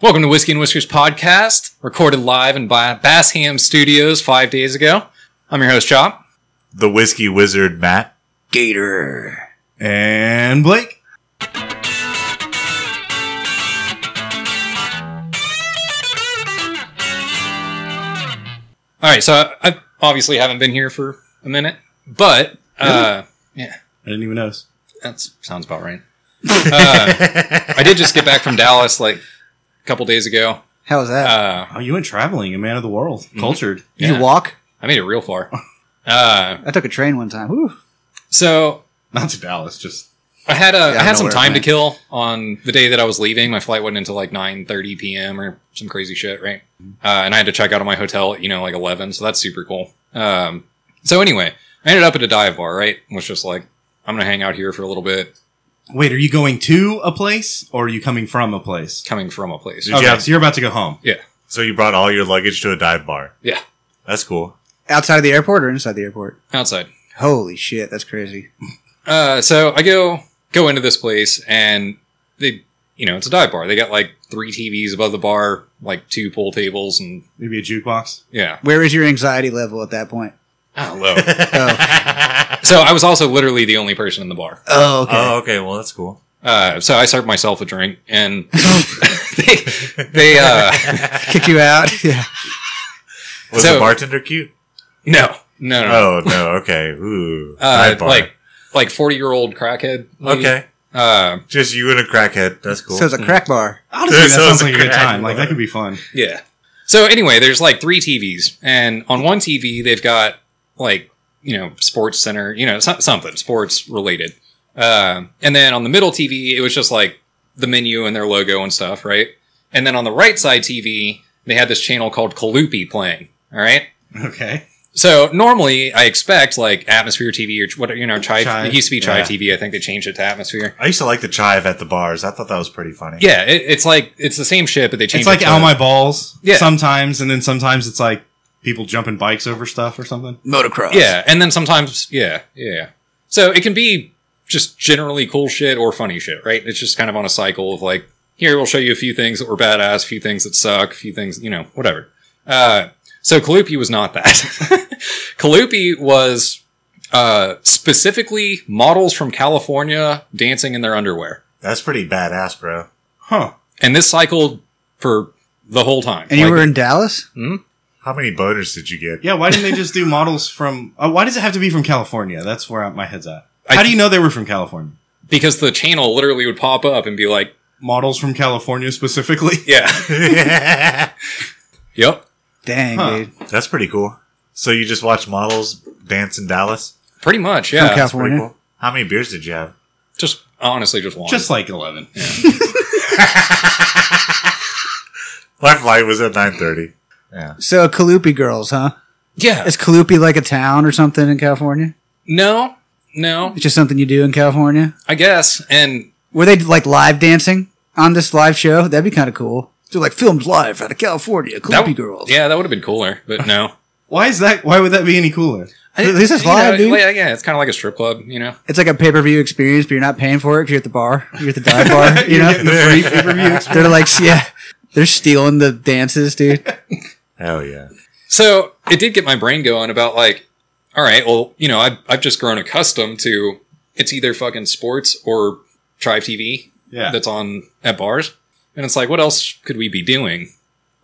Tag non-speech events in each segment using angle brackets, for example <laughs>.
Welcome to Whiskey and Whiskers podcast, recorded live in Ba- Bass Ham Studios five days ago. I'm your host, Chop. the whiskey wizard Matt. Gator. And Blake. All right, so I, I obviously haven't been here for a minute, but uh, yeah, I didn't even <laughs> notice. that sounds about right. Uh, I did just get back from Dallas like a couple days ago. How was that? Uh, Oh, you went traveling, a man of the world, Mm-hmm. cultured. Did yeah. you walk? I made it real far. Uh, I took a train one time. Whew. so Not to Dallas, just I had a I Yeah, had some nowhere, time to man. kill on the day that I was leaving. My flight went until like nine thirty p.m. or some crazy shit, right? Mm-hmm. Uh, and I had to check out of my hotel, at, you know, like eleven. So that's super cool. Um, so anyway, I ended up at a dive bar, right? Was just like I'm gonna hang out here for a little bit, wait. Are you going to a place or are you coming from a place? coming from a place. Did you okay, have- so you're about to go home. so you brought all your luggage to a dive bar. Yeah. That's cool. Outside of the airport or inside the airport? outside. Holy shit, that's crazy. Uh, so I go go into this place, and they, you know, it's a dive bar. They got like three TVs above the bar, like two pool tables, and Maybe a jukebox. yeah, Where is your anxiety level at that point? <laughs> oh, low. oh. so I was also literally the only person in the bar. Oh, okay. okay. Well, that's cool. <laughs> Uh, so I served myself a drink, and <laughs> they, they, uh, Kick <laughs> you out? Yeah. Was So- the bartender cute? no, no, no, Oh no. Okay. Ooh. <laughs> uh, dive bar. like, like forty year old crackhead. lady. Oh, okay. Uh, Just you and a crackhead. That's cool. So it's a crack bar. Honestly, That that, <laughs> sounds sounds like a like good a time. crack Like bar. that could be fun. yeah. So anyway, there's like three TVs, and on one TV they've got like you know sports center, you know so- something sports related, uh, and then on the middle TV it was just like the menu and their logo and stuff, right? And then on the right side TV they had this channel called Kalupi playing. All right. Okay. So normally I expect like Atmosphere TV or what you know Chive. Chive, It used to be Chive yeah. TV. I think they changed it to Atmosphere. I used to like the chive at the bars. I thought that was pretty funny. Yeah, it, it's like it's the same shit, but they changed. it's like it out my balls. Yeah. Sometimes, and then sometimes it's like people jumping bikes over stuff or something. Motocross. Yeah, and then sometimes yeah, yeah. So it can be just generally cool shit or funny shit, right? It's just kind of on a cycle of like here we'll show you a few things that were badass, a few things that suck, a few things you know whatever. Uh, so Kalupi was not that. <laughs> Kalupi was uh, specifically models from California dancing in their underwear. That's pretty badass, bro. Huh. and this cycled for the whole time. And you Like, Hmm. were in Dallas? How many boners did you get? Yeah. Why didn't they just do models from? Uh, why does it have to be from California? That's where my head's at. I How th- do you know they were from California? because the channel literally would pop up and be like, Models from California specifically. "Yeah, yep, Dang, Huh. dude. From <laughs> that's pretty cool. So you just watch models dance in Dallas? pretty much, yeah." That's pretty California. cool. How many beers did you have? Just honestly, <laughs> just one. Just like eleven. My flight was at nine thirty. Yeah. So, Kalupi girls, huh? yeah, Is Kalupi like a town or something in California? no, no, It's just something you do in California? I guess. And Were they like live dancing on this live show? That'd be kind of cool. They're like filmed live out of California, that Kalupi girls. yeah, that would have been cooler, but no. Why is that? Why would that be any cooler? I- At least it's you know, live, dude. like, yeah, it's kind of like a strip club, you know. It's like a pay per view experience, but you're not paying for it 'cause you're at the bar. You're at the dive <laughs> bar. You You're know, getting the free pay-per-view. they're like, yeah, they're stealing the dances, dude. Hell yeah. So it did get my brain going about like, all right, well, you know, I've I've just grown accustomed to it's either fucking sports or Tribe TV, Yeah. that's on at bars. And it's like, what else could we be doing?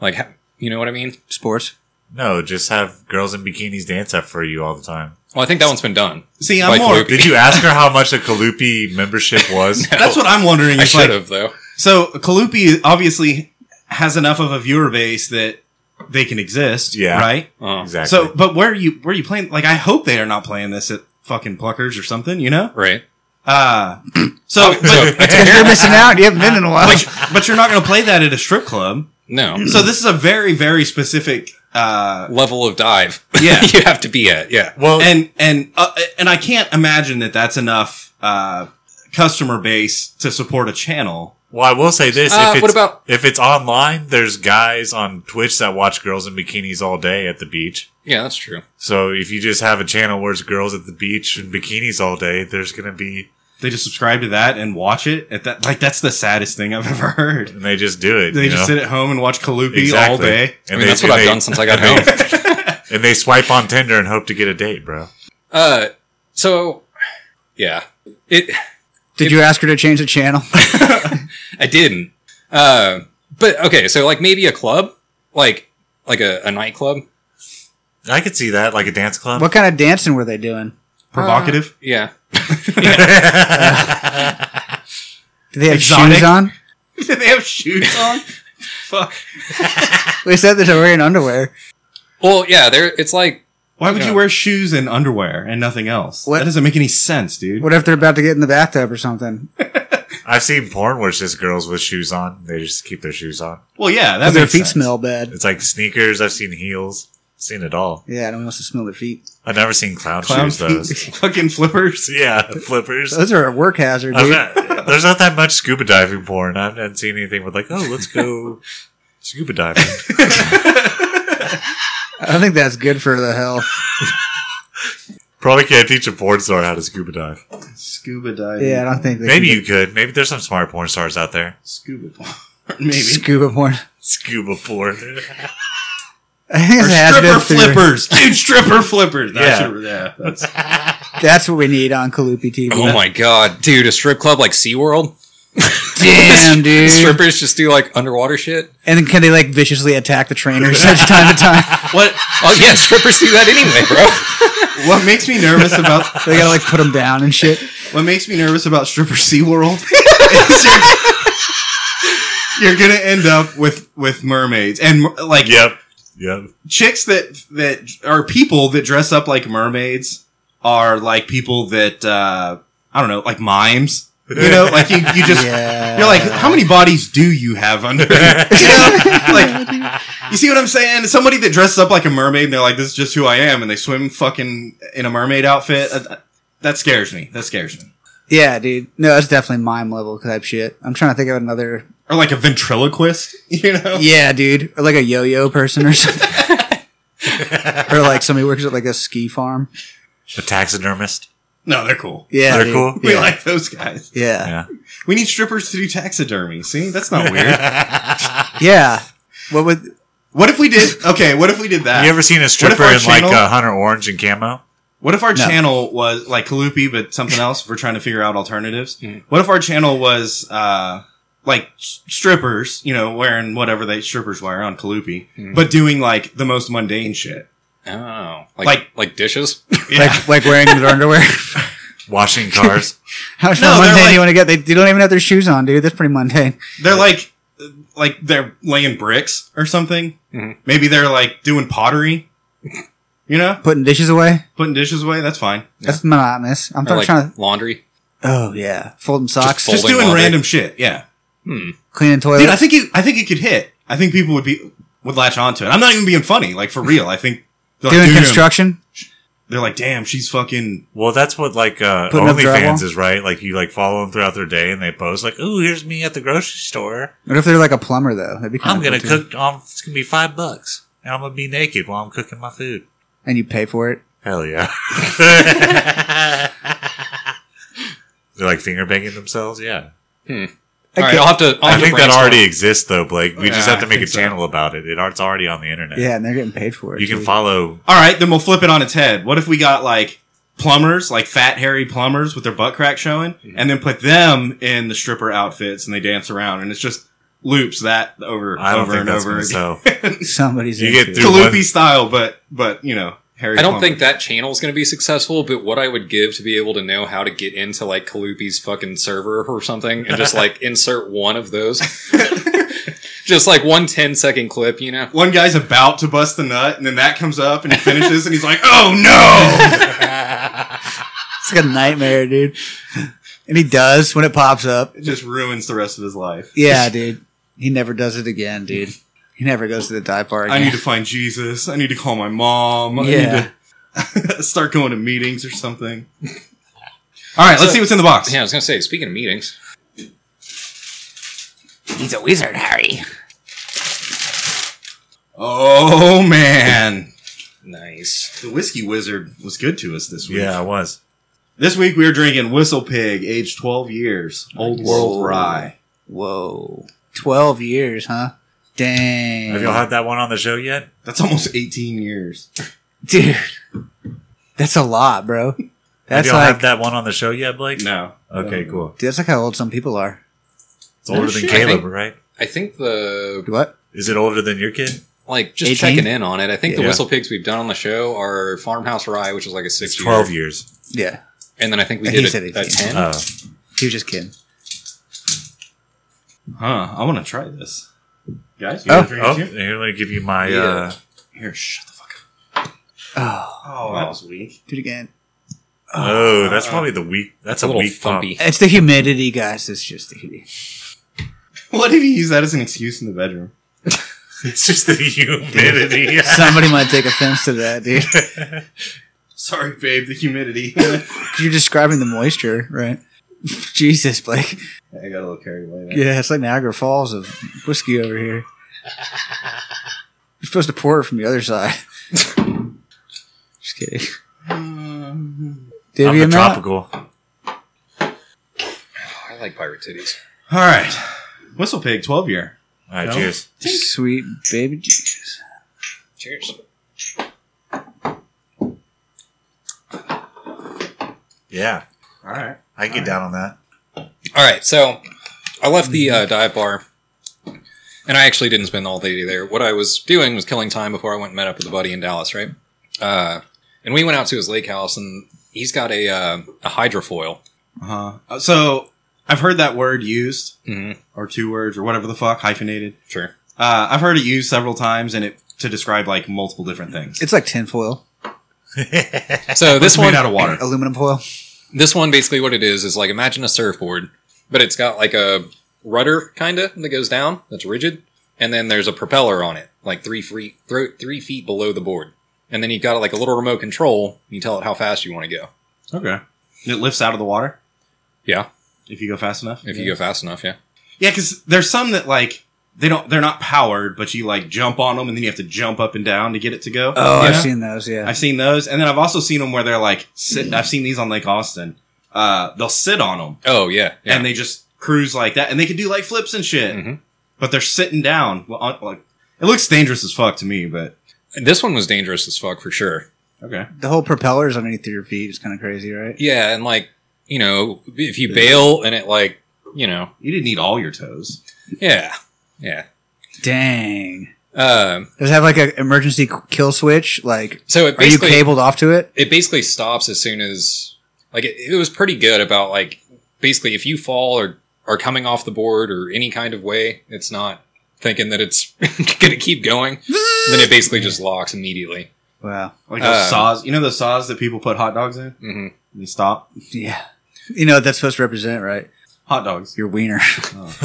Like, ha- you know what I mean? Sports. No, just have girls in bikinis dance up for you all the time. Well, I think that one's been done. See, I'm Like more. Luke. Did you ask her how much a Kalupi membership was? <laughs> That's what I'm wondering. I Is should like, have though. so Kalupi obviously has enough of a viewer base that they can exist. Yeah. Right. Oh, Exactly. So, but where are you? Where are you playing? Like, I hope they are not playing this at fucking Pluckers or something. You know. right. Uh <laughs> <clears throat> so, So, but, <laughs> You're missing out. You haven't been in a while. but you're not going to play that at a strip club. no So this is a very, very specific. Uh, level of dive. <laughs> Yeah. you have to be at. Yeah, well, and and uh, and I can't imagine that that's enough uh, customer base to support a channel. well, I will say this: Uh, if it's, what about- if it's online? There's guys on Twitch that watch girls in bikinis all day at the beach. yeah, that's true. So if you just have a channel where it's girls at the beach in bikinis all day, there's gonna be they just subscribe to that and watch it. At that, like that's the saddest thing I've ever heard. and they just do it. They you just know? sit at home and watch Kalupi all Exactly. day. Uh. I mean, that's what I've they- done since I got home. And they swipe on Tinder and hope to get a date, bro. Uh, so yeah, it. Did you ask her to change the channel? I didn't. Uh, but okay, so like maybe a club, like like a, a nightclub. I could see that, like a dance club. <laughs> what kind of dancing were they doing? <laughs> Provocative. Yeah, Did they have Exotic. shoes on? Do they have shoes on? Fuck. They said they're wearing underwear. Well, yeah, there. It's like Why would Yeah. you wear shoes and underwear and nothing else? What- That doesn't make any sense, dude. What if they're about to get in the bathtub or something? I've seen porn where it's just girls with shoes on. They just keep their shoes on. Well, yeah, that Because their makes feet sense. smell bad. It's like sneakers. I've seen heels. Seen it all. Yeah, no one wants to smell their feet. I've never seen clown, Clown shoes though. feet, <laughs> fucking flippers. <laughs> yeah, flippers. Those are a work hazard, I've dude. not- there's not that much scuba diving porn. I haven't seen anything with like, oh, <laughs> let's go scuba diving. I don't think that's good for the health. Probably can't teach a porn star how to scuba dive. Scuba diving. Yeah, I don't think they Maybe can you could. Maybe there's some smart porn stars out there. Scuba. <laughs> do Maybe. scuba porn. <laughs> Scuba porn. <laughs> I think it's a hazardous theory. dude. Stripper flippers. Yeah. should- yeah. That's, That's what we need on Kalupi TV. oh my god, dude, a strip club like SeaWorld. <laughs> Damn, dude. Strippers just do like underwater shit. And then can they like viciously attack the trainers <laughs> from time to time? what? Oh yeah, <laughs> strippers do that anyway, bro. What makes me nervous about They gotta like put them down and shit. what makes me nervous about stripper SeaWorld <laughs> is you're, you're gonna end up with with mermaids and like yep. Yep. chicks that that are people that dress up like mermaids are like people that uh I don't know, like mimes. You know, like you, you just <laughs> Yeah. you're like, how many bodies do you have under <laughs> you? you know? Like you see what I'm saying? Somebody that dresses up like a mermaid and they're like, This is just who I am and they swim fucking in a mermaid outfit. Uh, That scares me. That scares me. Yeah, dude. No, that's definitely mime level type shit. I'm trying to think of another. Or like a ventriloquist, <laughs> you know? Yeah, dude. Or like a yo yo person or <laughs> something. or like somebody works at like a ski farm. A taxidermist. No, they're cool. Yeah. They're dude. cool. We Yeah. like those guys. yeah. Yeah. We need strippers to do taxidermy. See, that's <laughs> not weird. Yeah. What would. What if we did? Okay, uh, what if we did that? you ever seen a stripper our in like channel- uh, Hunter Orange and camo? what if our No. channel was like Kalupi, but something else? We're trying to figure out alternatives. Mm. What if our channel was uh, like s- strippers, you know, wearing whatever they strippers wear on Kalupi, Mm. but doing like the most mundane shit? <laughs> Oh, like like, Like- dishes. Yeah. Like, like wearing their underwear? Washing cars. How much No, more they're mundane do you like- want to get? They, they don't even have their shoes on, dude. That's pretty mundane. they're like like they're laying bricks or something. Mhm. Maybe they're like doing pottery. You know, Putting dishes away? putting dishes away. That's fine. That's monotonous. I'm Or like trying to. laundry. Oh, yeah. Folding Uh, socks. fold- Just Folding doing laundry. random shit. Yeah. Hmm. cleaning toilets. Dude, I think it, I think it could hit. I think people would be would latch onto it. I'm not even being funny, like for real. I think they're like, doing "Damn." construction. They're like, damn, she's fucking. Well, that's what like uh, Putting up OnlyFans drywall? is, right? Like you like follow them throughout their day and they post like, "Ooh, here's me at the grocery store. What if they're like a plumber though? That'd be kinda I'm gonna cool, too. cook. Um, it's gonna be five bucks, and I'm gonna be naked while I'm cooking my food." and you pay for it. Hell yeah! <laughs> They're like finger banging themselves. Yeah, All right, Okay. I'll have to. I'll I have to think that brainstorm. already exists though, Blake. We just Yeah, have to I make a think so. channel about it. It it's already on the internet. Yeah, and they're getting paid for it. you can too. follow. All right, then we'll flip it on its head. What if we got like plumbers, like fat hairy plumbers with their butt crack showing, Mhm. and then put them in the stripper outfits and they dance around, and it's just loops that over I don't over think and that's over gonna again, <laughs> sell. somebody's. You into get it. through- Kalupi style, but but you know, hairy. I don't plumber. think that channel is going to be successful, but what I would give to be able to know how to get into like Kalupi's fucking server or something and just like insert one of those. <laughs> just like one 10 second clip, you know? One guy's about to bust the nut, and then that comes up and he finishes, and he's like, "Oh <laughs> no!" It's like a nightmare, dude. And he does when it pops up. It just ruins the rest of his life. <laughs> Yeah, dude. He never does it again, dude. He never goes to the dive bar. Again. I need to find Jesus. I need to call my mom. Yeah. I need to <laughs> start going to meetings or something. All right, let's see what's in the box. Yeah, I was going to say, speaking of meetings, He's a wizard, Harry. Oh man, nice. the whiskey wizard was good to us this week. yeah, I was. This week we are drinking Whistle Pig, aged 12 years, Old World Rye. Whoa. 12 years, huh? Dang. Have y'all had that one on the show yet? That's almost 18 years. Dude. That's a lot, bro. Have That's y'all like had that one on the show yet, Blake? No. Okay, cool. dude, that's like how old some people are. It's older Oh, than shit. Caleb, I think- right? I think the What? Is it older than your kid? like just 18? checking in on it. I think the Yeah. Whistle Pigs we've done on the show are Farmhouse Rye, which is like a six It's twelve year. years. Yeah. and then I think we He did said a, a 18. ten. Oh, He was just kidding. Huh. I want to try this. Guys, you Oh. want to drink oh it too? here, let me give you my. Yeah. Uh, Here, shut the fuck Oh, up. Oh, that was weak. do it again. oh, that's probably the weak. That's It's a a, little weak pump. thumpy. It's the humidity, guys. It's just the humidity. <laughs> What if you use that as an excuse in the bedroom? <laughs> It's just the humidity. Somebody might take offense to that, dude. Sorry, babe, the humidity. <laughs> You're describing the moisture, right? <laughs> Jesus, Blake. I got a little carried away there. Yeah, it's like Niagara Falls of whiskey over here. You're supposed to pour it from the other side. <laughs> just kidding. Um, Did I'm you the amount? tropical. I like pirate titties. all right. Whistle Pig, 12 year. All right, No. cheers. Sweet baby Jesus. Cheers. Yeah, All right. I can get down on that. All right, so I left the uh, dive bar, and I actually didn't spend all day there. What I was doing was killing time before I went and met up with a buddy in Dallas, right? Uh, and we went out to his lake house, and he's got a uh, a hydrofoil. Uh-huh. Uh, So I've heard that word used, Mm-hmm. or two words, or whatever the fuck, hyphenated. Sure. Uh, I've heard it used several times, and it to describe like multiple different things. It's like tinfoil, So this It's made one, out of water. aluminum foil. this one, basically, what it is is like imagine a surfboard, but it's got like a rudder kind of that goes down that's rigid, and then there's a propeller on it, like three feet thro- three feet below the board, and then you've got like a little remote control. And you tell it how fast you want to go <laughs> Okay. It lifts out of the water. Yeah. If you go fast enough. if you go fast enough. Yeah. Yeah, because there's some that like they don't they're not powered, but you like jump on them and then you have to jump up and down to get it to go. Oh, You I've know? seen those. Yeah, I've seen those, and then I've also seen them where they're like sit. I've seen these on Lake Austin. Uh, they'll sit on them Oh yeah, yeah. and they just cruise like that, and they can do like flips and shit. Mhm. But they're sitting down. Well, on, like it looks dangerous as fuck to me, but this one was dangerous as fuck for sure. okay. the whole propeller's underneath your feet is kind of crazy, right? Yeah, and like you know, if you bail and it like you know, You didn't need all your toes. yeah, yeah. Dang. Um, Does it have like an emergency c- kill switch? Like, so it are you basically cabled off to it? it basically stops as soon as like it, it was pretty good about like basically if you fall or are coming off the board or any kind of way, it's not thinking that it's <laughs> going to keep going. <laughs> then it basically just locks immediately. Wow. Like those Uh, saws. You know those saws that people put hot dogs in. And hmm they stop Yeah. You know what that's supposed to represent, right? hot dogs. <laughs> Your wiener. <laughs>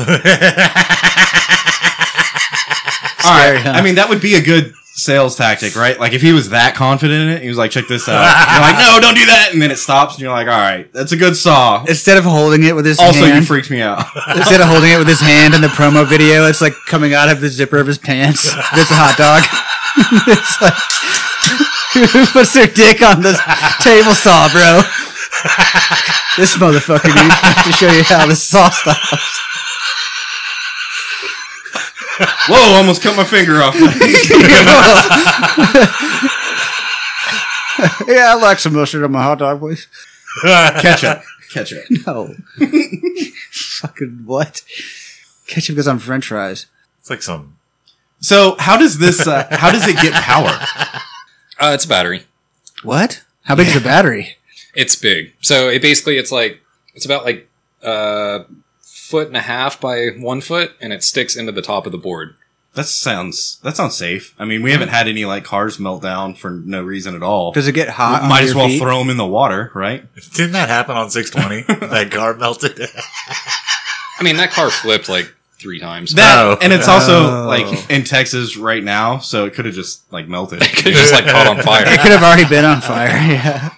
All right. Scary, huh? I mean, that would be a good sales tactic, right? Like if he was that confident in it, he was like, "Check this out." <laughs> you're like, "No, don't do that," and then it stops, and you're like, "All right, that's a good saw." instead of holding it with his Also, you hand, freaked me out. <laughs> <laughs> instead of holding it with his hand in the promo video, it's like coming out of the zipper of his pants. <laughs> It's a hot dog. <laughs> it's like <laughs> who puts their dick on this table saw, bro? <laughs> this motherfucker, dude. I have to show you how this saw <laughs> <laughs> stops. Whoa! Almost cut my finger <laughs> off. yeah, I'd like some mustard on my hot dog, please. Ketchup. Ketchup. No. <laughs> Fucking what? Ketchup goes on french fries. <laughs> it's like some. So, how does this? Uh, how does it get power? Uh, it's a battery. What? How big is the battery? It's big. So it basically it's like it's about like uh foot and a half by one foot and it sticks into the top of the board. That sounds. That sounds safe. I mean, we haven't had any like cars melt down for no reason at all. Does it get hot? might under as your well feet? throw them in the water, right? Didn't that happen on 620? that car melted. I mean that car flipped like three times. That Oh. and it's also Oh. like in Texas right now, so it could have just like <laughs> <laughs> melted. it just like caught on It fire. could have already been on fire. <laughs> Yeah.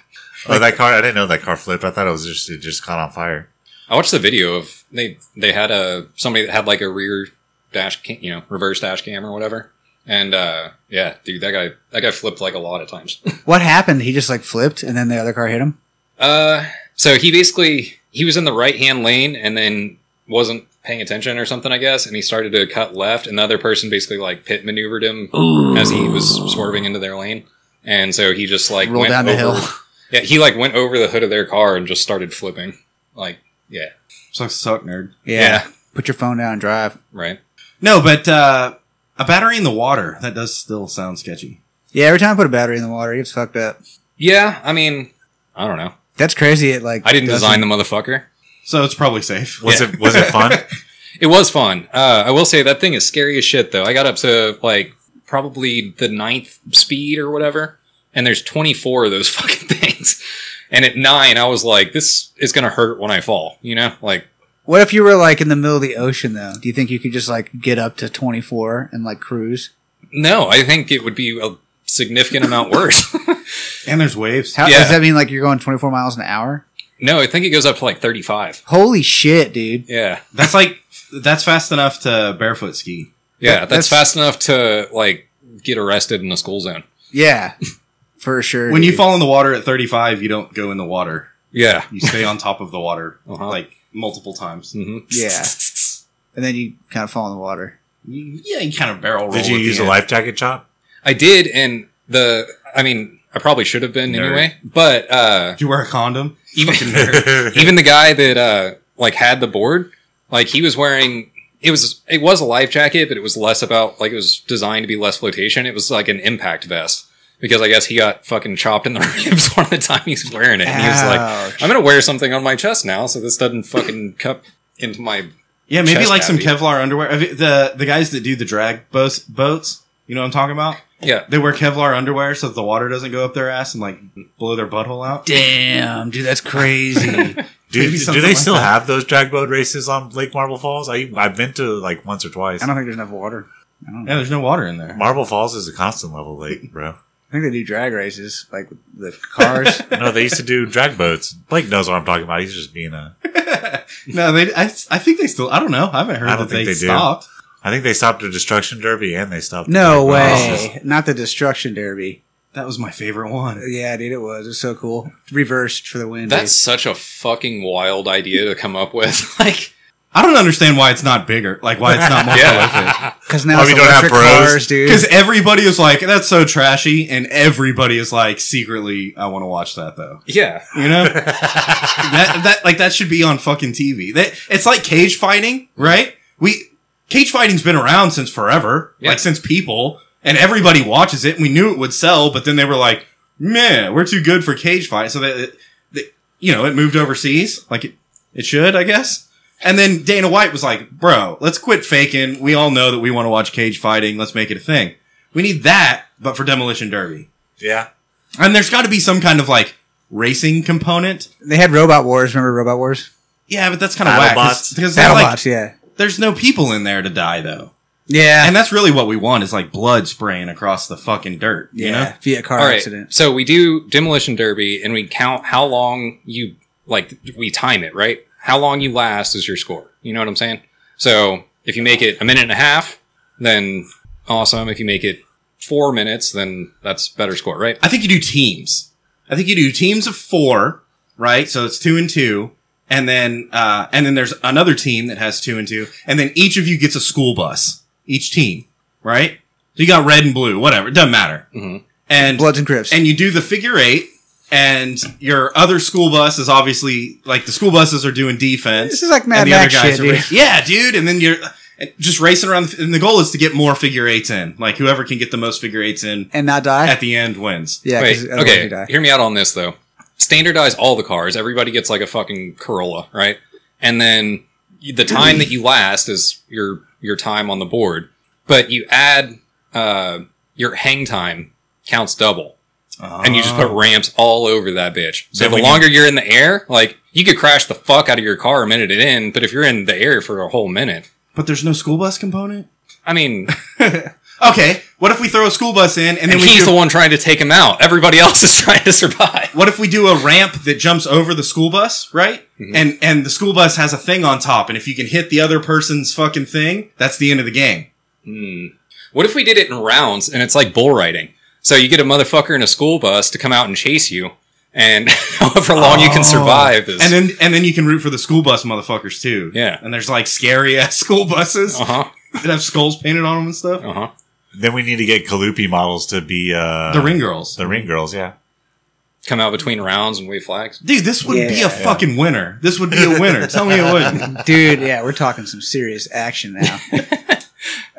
oh, that car! I didn't know that car flipped. I thought it was just it just caught on fire. I watched the video of they they had a somebody that had like a rear dash cam, you know reverse dash cam or whatever. And uh yeah, dude, that guy that guy flipped like a lot of times. What happened? He just like flipped, and then the other car hit him. Uh So he basically he was in the right hand lane and then wasn't paying attention or something, I guess, and he started to cut left. and the other person basically like pit maneuvered him as he was swerving into their lane, and so he just like Roll down the over- hill. <laughs> Yeah, he like went over the hood of their car and just started flipping. Like, yeah, Sucks, suck, nerd. <laughs> Yeah. Put your phone down and drive. right. No, but uh, a battery in the water that does still sound sketchy. Yeah, every time I put a battery in the water, it gets fucked up. Yeah, I mean, I don't know. That's crazy. It like I didn't doesn't- design the motherfucker. So it's probably safe. Was Yeah. it was it fun? It was fun. Uh, I will say that thing is scary as shit, though. I got up to like probably the ninth speed or whatever, and there's 24 of those <laughs> fucking things. And at nine, I was like, this is gonna hurt when I fall. You know, like What if you were like in the middle of the ocean though? Do you think you could just like get up to 24 and like cruise? no, I think it would be a significant amount worse. <laughs> And there's waves. How Yeah. does that mean like you're going 24 miles an hour? no, I think it goes up to like 35. Holy shit, dude. Yeah. That's like that's fast enough to barefoot ski. Yeah, that's, That- that's- fast enough to like get arrested in a school zone. Yeah. For sure. When you dude. fall in the water at 35, you don't go in the water. Yeah. You stay on top of the water Uh-huh. like multiple times. hmm Yeah. and then you kind of fall in the water. You, yeah, you kind of barrel roll. Did you at the use a end. life jacket chop? I did, and the I mean, I probably should have been Nerd. anyway. But uh, Did you wear a condom? even Fucking nerd. <laughs> even the guy that uh, like had the board, like he was wearing it was it was a life jacket, but it was less about like it was designed to be less flotation. It was like an impact vest because I guess he got fucking chopped in the <laughs> ribs one of the time he's wearing it, and he was like, Ouch. "I'm gonna wear something on my chest now, so this doesn't fucking cup into my." yeah, maybe Chest like some cavity. Kevlar underwear. Have you- The the guys that do the drag boats, boats, you know what I'm talking about? Yeah, They wear Kevlar underwear so that the water doesn't go up their ass and like blow their butthole out. Damn, dude, that's <laughs> crazy. Do, Maybe do something they like still that. have those drag boat races on Lake Marble Falls? I I've been to like once or twice. I don't think there's enough water. I don't know. Yeah, there's no water in there. Marble Falls is a constant level lake, bro. I think they do drag races, like with the cars. No, they used to do drag boats. Blake knows what I'm talking about. He's just being a. <laughs> no, they. I, I think they still. I don't know. I haven't heard I don't that they, think they do. stopped. I think they stopped the destruction derby and they stopped. no the way. Not the destruction derby. That was my favorite one. Yeah, dude, it was. It was so cool. Reversed for the win. dude. That's such a fucking wild idea to come up with. <laughs> Like, I don't understand why it's not bigger. Like why it's not more Yeah. prolific. Because now Oh, it's we don't have electric bros? cars, dude. Because everybody is like, "That's so trashy," and everybody is like, "Secretly, I want to watch that though." yeah, You know <laughs> derby. that that like that should be on fucking TV. That it's like cage fighting, right? We cage fighting's been around since forever, Yeah. like since people, and everybody watches it. And we knew it would sell, but then they were like, "Man, we're too good for cage fight." So that that- you know, it moved overseas, like it it should, I guess. And then Dana White was like, "Bro, let's quit faking. We all know that we want to watch cage fighting. Let's make it a thing. We need that, but for demolition derby." yeah. And there's got to be some kind of like racing component they had Robot Wars. Remember Robot Wars? yeah, but that's kind of whack 'cause- BattleBots. because they're like, BattleBots, yeah. there's no people in there to die though, Yeah. and that's really what we want is like blood spraying across the fucking dirt. yeah. You know? Via car all right. accident. So we do demolition derby, and we count how long you like. We time it right. How long you last is your score. You know what I'm saying? So if you make it a minute and a half, then awesome. If you make it four minutes, then that's better score, right? I think you do teams. I think you do teams of four, right? So it's two and two, and then uh, and then there's another team that has two and two, and then each of you gets a school bus, each team, right? So you got red and blue, whatever, it doesn't matter. Mm-hmm. Mhm. And Bloods and Crips. and you do the figure eight, and your other school bus is obviously like the school buses are doing defense. this is like Mad and the other Max guys shit, are dude. ra- yeah, dude. And then you're and just racing around, the, and the goal is to get more figure eights in. Like whoever can get the most figure eights in and not die? at the end wins. yeah, Wait, because otherwise okay. you die. Hear me out on this though. Standardize all the cars. Everybody gets like a fucking Corolla, right? And then you- the time <clears throat> that you last is your your time on the board, but you add uh, your hang time counts double, and you just Ah. put ramps all over that bitch. So Then the we longer you're in the air, like you could crash the fuck out of your car a minute in, but if you're in the air for a whole minute, But there's no school bus component. I <laughs> mean, Okay, what if we throw a school bus in, and then and we he's do, the one trying to take him out. Everybody else is <laughs> trying to survive. what if we do a ramp that jumps over the school bus, right? And and the school bus has a thing on top, and if you can hit the other person's fucking thing, that's the end of the game. What if we did it in rounds and it's like bull riding? So you get a motherfucker in a school bus to come out and chase you, and <laughs> however long you can survive is And then and then you can root for the school bus motherfuckers too. Yeah. And there's like scary ass <laughs> school buses Oh. uh huh that have skulls painted on them and stuff. uh huh. Then we need to get Kalupi models to be uh, the ring girls. the ring girls. Yeah, Come out between rounds and wave flags. Dude, this would be Yeah. a fucking winner. This would be a <laughs> winner. Tell me it wouldn't. Dude, yeah, we're talking some serious action now.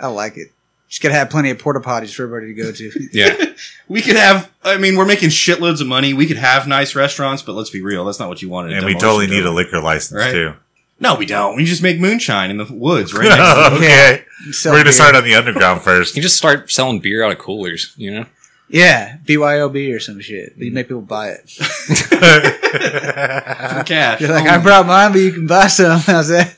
I like it. Just gotta have plenty of porta potties for everybody to go to. Yeah, We could have. I mean, we're making shitloads of money. We could have nice restaurants, but let's be real. That's not what you wanted. and we totally need a liquor license Right. <laughs> too. No, we don't. We just make moonshine in the woods, right? next to the- <laughs> okay, Sell we're gonna beer. start on the underground <laughs> <laughs> first. <laughs> you just start selling beer out of coolers. You know, Yeah, BYOB or some shit. You make people buy it. for cash. You're like, Oh, I brought mine, but you can buy some. <laughs> How's that?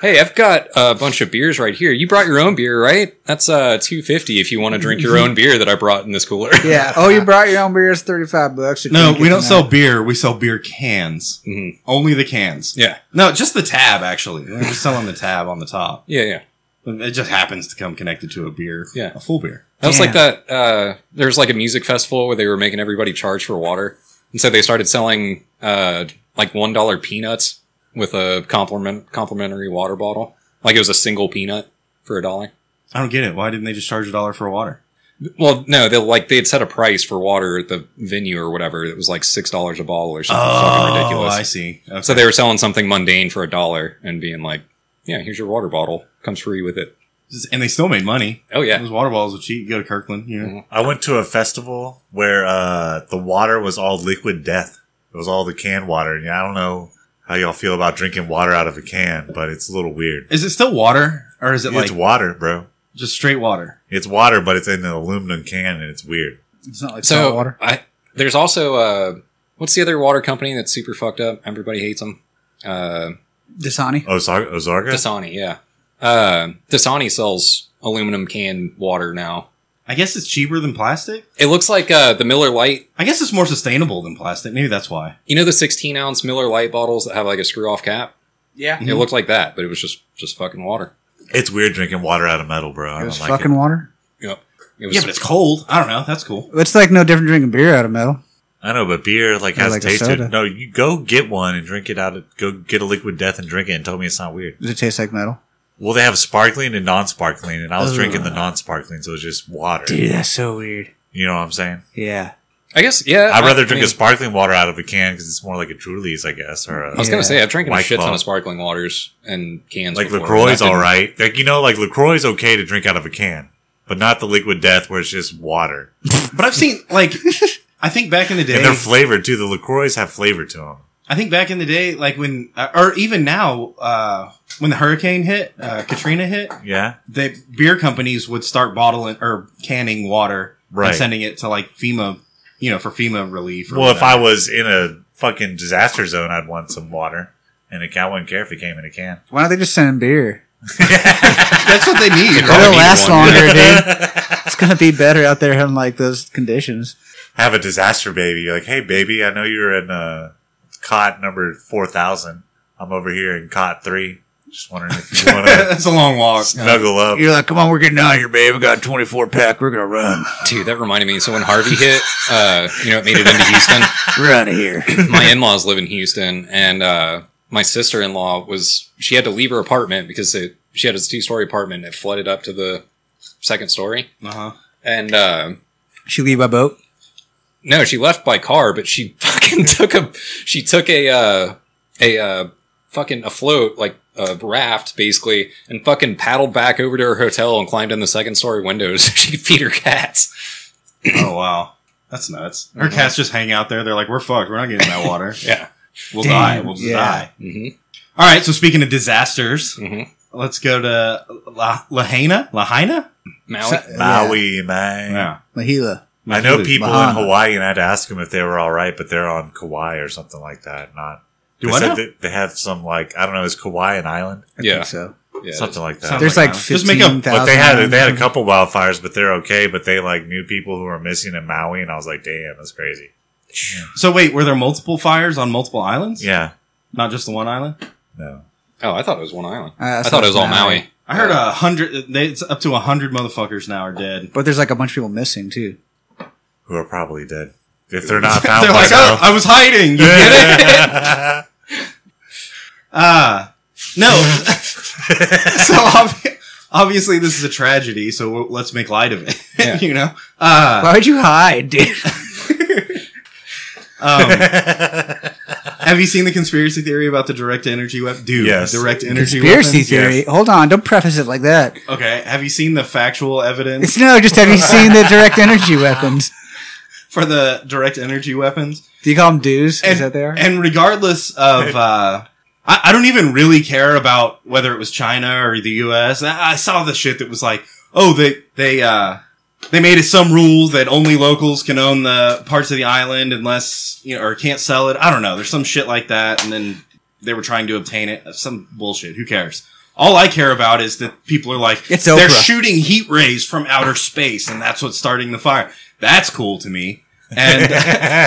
hey, I've got a bunch of beers right here. You brought your own beer, right? That's uh two fifty if you want to drink your own beer that I brought in this cooler. <laughs> Yeah. Oh, you brought your own beer. It's thirty five bucks. You no, drink we it don't tonight. sell beer. We sell beer cans. Mhm. Only the cans. yeah, No, just the tab. Actually, we're just selling the tab on the top. yeah, yeah. It just happens to come connected to a beer. Yeah. a full beer. That was like Damn. that. Uh, there was like a music festival where they were making everybody charge for water, and so they started selling uh, like one dollar peanuts with a compliment complimentary water bottle. Like it was a single peanut for a dollar. I don't get it. Why didn't they just charge a dollar for water? Well, no, they like they had set a price for water at the venue or whatever. It was like six dollars a bottle or something fucking ridiculous. Oh, I see. Okay. So they were selling something mundane for a dollar and being like, "Yeah, here's your water bottle. Comes free with it." and they still made money. Oh yeah, Those water bottles were cheap. You go to Kirkland, you know. Mhm. I went to a festival where uh, the water was all liquid death. It was all the canned water, and I don't know how y'all feel about drinking water out of a can, but it's a little weird. Is it still water or is it It's like water, bro. just straight water? It's water, but it's in an aluminum can, and it's weird. It's not like so salt water. I there's also uh, what's the other water company that's super fucked up? Everybody hates them. Uh, Dasani. Ozarga, Ozarga? Dasani, yeah. Uh, Dasani sells aluminum can water now. I guess it's cheaper than plastic. It looks like uh, the Miller Lite. I guess it's more sustainable than plastic. Maybe that's why. You know the 16 ounce Miller Lite bottles that have like a screw off cap. Yeah. It Mhm. looked like that, but it was just just fucking water. It's weird drinking water out of metal, bro. I It don't was like fucking it. water. Yep. It was Yeah, but it's cold. I don't know. That's cool. It's like no different drinking beer out of metal. I know, but beer like I has like a a taste to soda. it. No, you go get one and drink it out. Of, go get a liquid death and drink it, and tell me it's not weird. Does it taste like metal? Well, they have sparkling and non-sparkling, and I was drinking the Ugh. non-sparkling, so it's just water. Dude, that's so weird. You know what I'm saying? Yeah. I guess yeah. I'd rather I drink mean, a sparkling water out of a can because it's more like a Truly's, I guess, or a, I was gonna Yeah. say I've drank a White shit ton Claw. of sparkling waters and cans. like before, Lacroix's and I all didn't- right. Like you know, like Lacroix's okay to drink out of a can, but not the liquid death where it's just water. But I've seen like I think back in the day. And they're flavored too. The Lacroix's have flavor to them. I think back in the day, like when uh, or even now, uh, when the hurricane hit, uh, Katrina hit, Yeah, the beer companies would start bottling or canning water Right. and sending it to like FEMA, you know, for FEMA relief. Or Well, if whatever. I was in a fucking disaster zone, I'd want some water. And a can, I wouldn't care if it came in a can. Why don't they just send beer? that's what they <laughs> need. It'll right? last longer, dude. <laughs> It's gonna be better out there in like those conditions. Have a disaster baby. You're like, hey, baby, I know you're in uh, cot number 4,000. I'm over here in cot three. Just wondering if you <laughs> want to That's a long walk. snuggle up. You're like, come on, we're getting out of here, babe. We got a 24 pack. We're gonna run, Dude, that reminded me. So when Harvey hit, uh, you know, it made it into Houston. we're out of <laughs> here. my in-laws live in Houston, and uh, my sister-in-law was she had to leave her apartment because it, she had a two-story apartment. And it flooded up to the second story, Uh-huh. and uh, She leave by boat. no, she left by car, but she <laughs> fucking took a she took a uh, a uh, fucking a float like a raft basically, and fucking paddled back over to her hotel and climbed in the second-story window so <laughs> she could feed her cats. Oh wow, that's nuts. Her cats just hang out there. They're like, we're fucked. We're not getting that <laughs> water. Yeah. We'll Damn, die. We'll just yeah. die. Mm-hmm. All right. So speaking of disasters, Mm-hmm. let's go to La- Lahaina. Lahaina. Maui. Maui, man. Lahila. I know people in Mahana. Hawaii, and I had to ask them if they were all right, but they're on Kauai or something like that. Not. Do they what said now? that They have some like I don't know. Is Kauai an island? I Yeah. think so. Yeah, Something like that. Sounds There's like like that. Just make up- 15,000. But they had they had a couple wildfires, but they're okay. But they like knew people who were missing in Maui, and I was like, damn, that's crazy. So wait, were there multiple fires on multiple islands? Yeah, Not just the one island. no, Oh, I thought it was one island. Uh, that's I thought it was all Maui. Maui. I heard a hundred. they- It's up to a hundred motherfuckers now are dead. But there's like a bunch of people missing too. who are probably dead. If <laughs> they're not found They're by like, now. oh, I was hiding. You get <laughs> it? Ah, no. so obvi- obviously this is a tragedy so w- let's make light of it <laughs> Yeah. you know uh, Why would you hide, dude? um, <laughs> have you seen the conspiracy theory about the direct energy weapon dude Yes. direct energy Conspiracy weapons? theory. Hold on, don't preface it like that. okay have you seen the factual evidence It's no, just have you seen the direct energy weapons? for the direct energy weapons Do you call them dues? Is that there? and regardless of uh, I, I don't even really care about whether it was China or the U.S. I, I saw the shit that was like, oh, they they uh, they made it some rule that only locals can own the parts of the island unless you know or can't sell it. I don't know. There's some shit like that, and then they were trying to obtain it. Some bullshit. Who cares? All I care about is that people are like, It's they're Oprah. shooting heat rays from outer space, and that's what's starting the fire. That's cool to me. And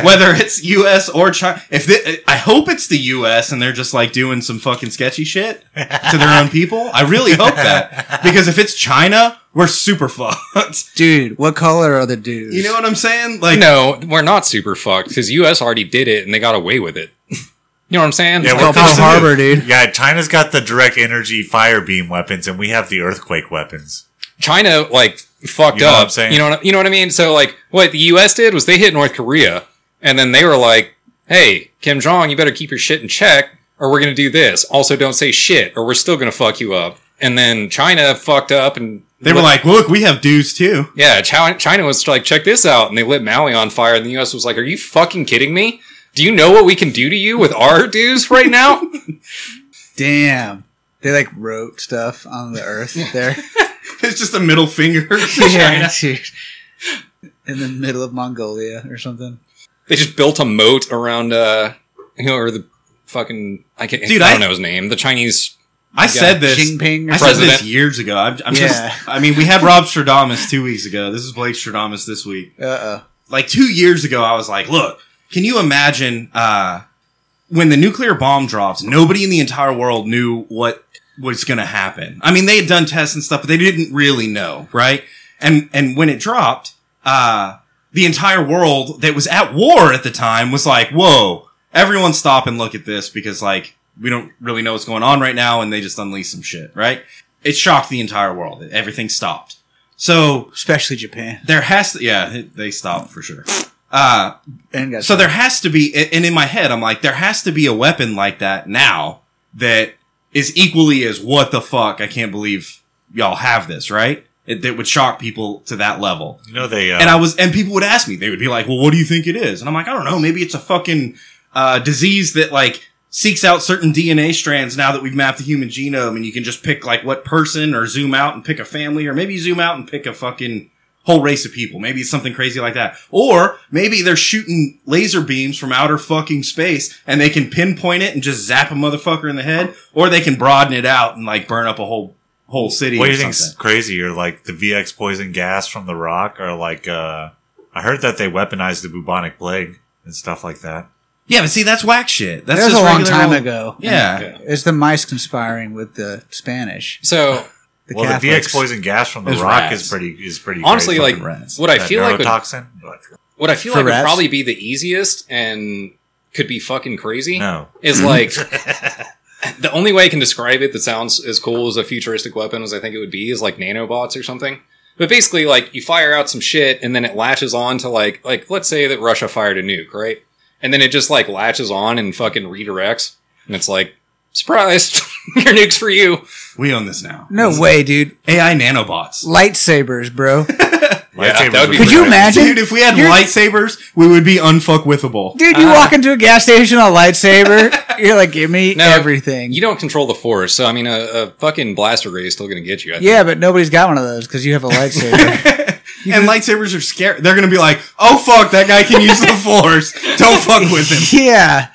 whether it's U.S. or China, if they, I hope it's the U.S. and they're just like doing some fucking sketchy shit to their own people. I really hope that because if it's China, we're super fucked. <laughs> Dude, what color are the dues? You know what I'm saying? Like, No, we're not super fucked because U.S. already did it and they got away with it. <laughs> You know what I'm saying? It's Yeah, we're like- Pearl Costa Rica. Harbor, dude. <laughs> yeah, China's got the direct energy fire beam weapons, and we have the earthquake weapons. China like fucked You know up. what I'm saying? You know what you know what I mean? So like what the US did was they hit North Korea and then they were like, Hey, Kim Jong, you better keep your shit in check, or we're gonna do this. Also don't say shit, or we're still gonna fuck you up. And then China fucked up and they were let- like, look, we have dues too. <laughs> Yeah, China, China was like, check this out, and they lit Maui on fire, and the US was like, Are you fucking kidding me? Do you know what we can do to you with our dues right now? Damn. They like wrote stuff on the earth there. It's just a middle finger. to <laughs> yeah, China. dude. <laughs> In the middle of Mongolia or something. they just built a moat around uh you know, or the fucking I can't Dude, I I- don't know his name. The Chinese I said this. Jinping or I something. said this President. years ago. I'm, I'm Yeah. just. I mean, we had Rob Stradamus two weeks ago. This is Blake Stradamus this week. Uh oh. like two years ago, I was like, look, can you imagine uh, when the nuclear bomb drops? Nobody in the entire world knew what was going to happen. I mean, they had done tests and stuff, but they didn't really know, right? And and when it dropped, uh, the entire world that was at war at the time was like, whoa, everyone stop and look at this because like we don't really know what's going on right now, and they just unleashed some shit, right? It shocked the entire world. Everything stopped. So Especially Japan. there has to, yeah, they stopped for sure. Uh, And got so there has to be, and in my head, I'm like, there has to be a weapon like that now that is equally as what the fuck? I can't believe y'all have this, right? It, that would shock people to that level. You know they. Uh, And I was, and people would ask me, they would be like, well, what do you think it is? And I'm like, I don't know. Maybe it's a fucking, uh, disease that like seeks out certain DNA strands now that we've mapped the human genome and you can just pick like what person or zoom out and pick a family or maybe you zoom out and pick a fucking whole race of people. Maybe it's something crazy like that. Or maybe they're shooting laser beams from outer fucking space and they can pinpoint it and just zap a motherfucker in the head or they can broaden it out and like burn up a whole, whole city. what or do you think's something. crazier, like the VX poison gas from the rock, or like uh, I heard that they weaponized the bubonic plague and stuff like that. Yeah, but see, that's whack shit. That's that was just a long regular time old- ago. Yeah. It's the mice conspiring with the Spanish. so The well, Catholics. the VX poison gas from the Is rock rats. is pretty is pretty Honestly, great. like, Fucking rats. what I That feel like would- neurotoxin. Like, What I feel For like rats? would probably be the easiest and could be fucking crazy no, is like the only way I can describe it that sounds as cool as a futuristic weapon as I think it would be is like nanobots or something. But basically, like you fire out some shit and then it latches on to like like let's say that Russia fired a nuke, right? And then it just like latches on and fucking redirects, and it's like surprised <laughs> your nuke's for you. We own this now. no way, dude. AI nanobots. <laughs> Lightsabers, bro. Yeah, that would be are Could you pretty- imagine? Dude, if we Uh-huh. had You're- lightsabers, we would be unfuckwithable. Dude, you walk into a gas station on <laughs> a lightsaber, you're like, give me No, everything. You don't control the force, so I mean, a, a fucking blaster ray is still gonna get you. I think. yeah, but nobody's got one of those because you have <laughs> a lightsaber. And lightsabers are scary. They're going to be like, oh, fuck, that guy can use the <laughs> force. Don't fuck with him. yeah,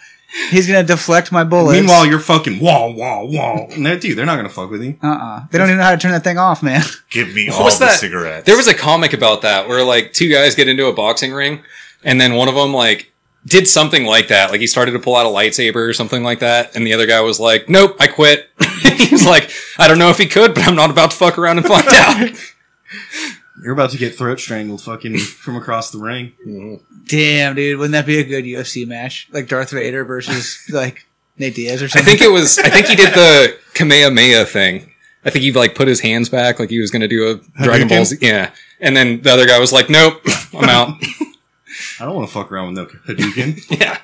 he's gonna deflect my bullets. Meanwhile, you're fucking wah, wah, wah. No, dude, they're not going to fuck with you. uh, uh they don't even know how to turn that thing off, man. Give me What all was the that? cigarettes. There was a comic about that where like two guys get into a boxing ring and then one of them like did something like that. Like he started to pull out a lightsaber or something like that. And the other guy was like, nope, I <laughs> <laughs> quit. He's like, I don't know if he could, but I'm not about to fuck around and find out. You're about to get throat strangled fucking from across the ring. Damn, dude, wouldn't that be a good UFC match? Like Darth <laughs> Vader versus like Nate Diaz or I something. think it was. I think he did the Kamehameha thing. I think he like put his hands back like he was going to do a Dragon Hadouken? Ball Z. Yeah, and then the other guy was like, "Nope, <laughs> I'm out." I don't want to fuck around with no <laughs> Hadouken. yeah,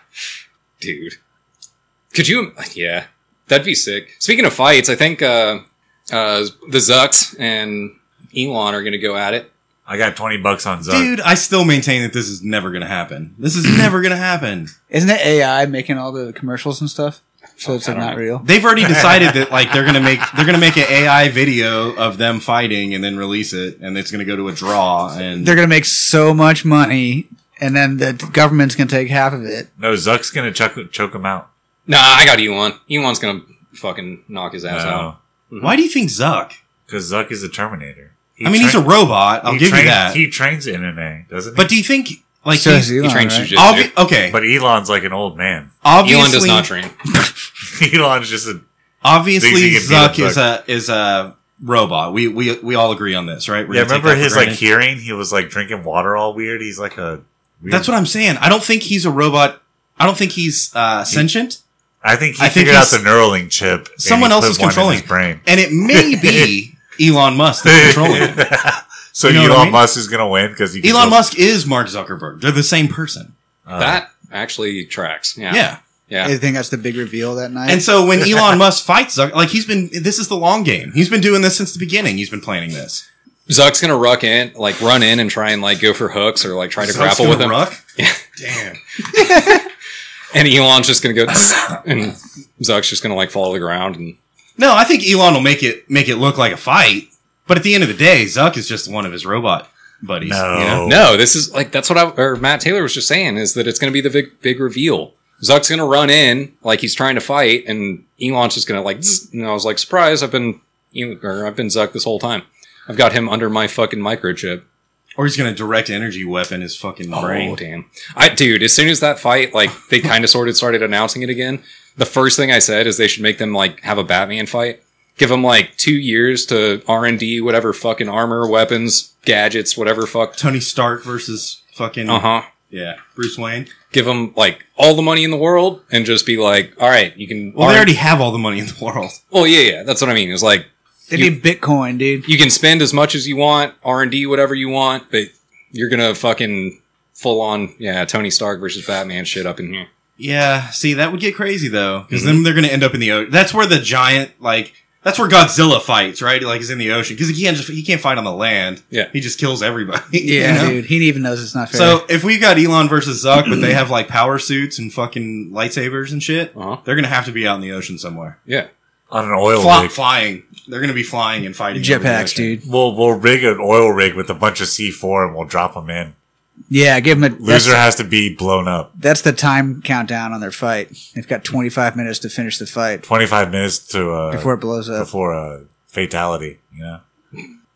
dude. Could you? Yeah, that'd be sick. Speaking of fights, I think uh, uh, the Zucks and Elon are going to go at it. I got 20 bucks on Zuck. Dude, I still maintain that this is never going to happen. This is never going to happen. Isn't it AI making all the commercials and stuff? So it's I like don't not know. real. They've <laughs> already decided that like they're gonna make they're gonna make an AI video of them fighting and then release it, and it's gonna go to a draw. And They're gonna make so much money, and then the government's gonna take half of it. No, Zuck's going to choke, choke him out. Nah, I got Elon. Elon's going to fucking knock his ass out. No. why do you think Zuck? Because Zuck is a Terminator. He I mean, he's a train- robot. I'll he give you trains- that. He trains in MMA, doesn't he? but do you think like So he's, is Elon, he trains right? jujitsu. obvi- okay? But Elon's like an old man. <laughs> obviously, Elon does not train. Elon's just a Obviously, Thinks he can Zuck beat up is a is a robot. We we we all agree on this, right? We're yeah. gonna take Remember that for his like granted. hearing? He was like drinking water all weird. He's like a. Weird, That's what I'm saying. I don't think he's a robot. I don't think he's uh, sentient, I think. He I think figured out he's- the Neuralink chip. and someone he else put is one in controlling. his <laughs> brain. and it may be Elon Musk that's controlling it. <laughs> so You know what Elon I mean? Musk is gonna win because he can Elon go- Musk is Mark Zuckerberg. They're the same person. Uh, that actually tracks. Yeah, Yeah. yeah. I think that's the big reveal that night. And so <laughs> when Elon Musk fights Zuck, like he's been, this is the long game. He's been doing this since the beginning. He's been planning this. Zuck's gonna ruck in, like run in and try and like go for hooks or like try to Zuck's grapple gonna with him. ruck? Damn. And Elon's just <laughs> gonna go, and Zuck's just gonna like fall to the ground. And No, I think Elon will make it make it look like a fight. But at the end of the day, Zuck is just one of his robot buddies. No. You know? no, this is like that's what I or Matt Taylor was just saying is that it's gonna be the big big reveal. Zuck's gonna run in like he's trying to fight, and Elon's just gonna like, zzz, and I was like, surprise, I've been El- or I've been Zuck this whole time. I've got him under my fucking microchip. Or he's gonna direct energy weapon his fucking Oh brain. damn! I dude, as soon as that fight, like they kind of sort of started announcing it again. The first thing I said is they should make them like have a Batman fight. Give them like two years to R and D whatever fucking armor, weapons, gadgets, whatever fuck. Tony Stark versus fucking Uh huh. yeah Bruce Wayne. Give them like all the money in the world and just be like, all right, you can. Well, they R- already have all the money in the world. Well, yeah, yeah. That's what I mean. It's like they need Bitcoin, dude. you can spend as much as you want, R and D whatever you want, but you're gonna fucking full on yeah Tony Stark versus Batman shit up in here. Yeah, see, that would get crazy though, because then they're going to end up in the ocean. That's where the giant, like, that's where Godzilla fights, right? Like, is in the ocean because he can't just he can't fight on the land. Yeah. he just kills everybody. <laughs> you Yeah, know? dude. He even knows it's not fair. So if we got Elon versus Zuck, but they have like power suits and fucking lightsabers and shit, Uh huh. they're gonna have to be out in the ocean somewhere, Yeah. on an oil Fly- rig. flying. They're gonna be flying and fighting over the jetpacks, ocean. dude. We'll we'll rig an oil rig with a bunch of C four and we'll drop him in. Yeah, give him a that's, Loser has to be blown up. that's the time countdown on their fight. They've got 25 minutes to finish the fight Twenty five minutes to uh, before it blows up. before a fatality. You know,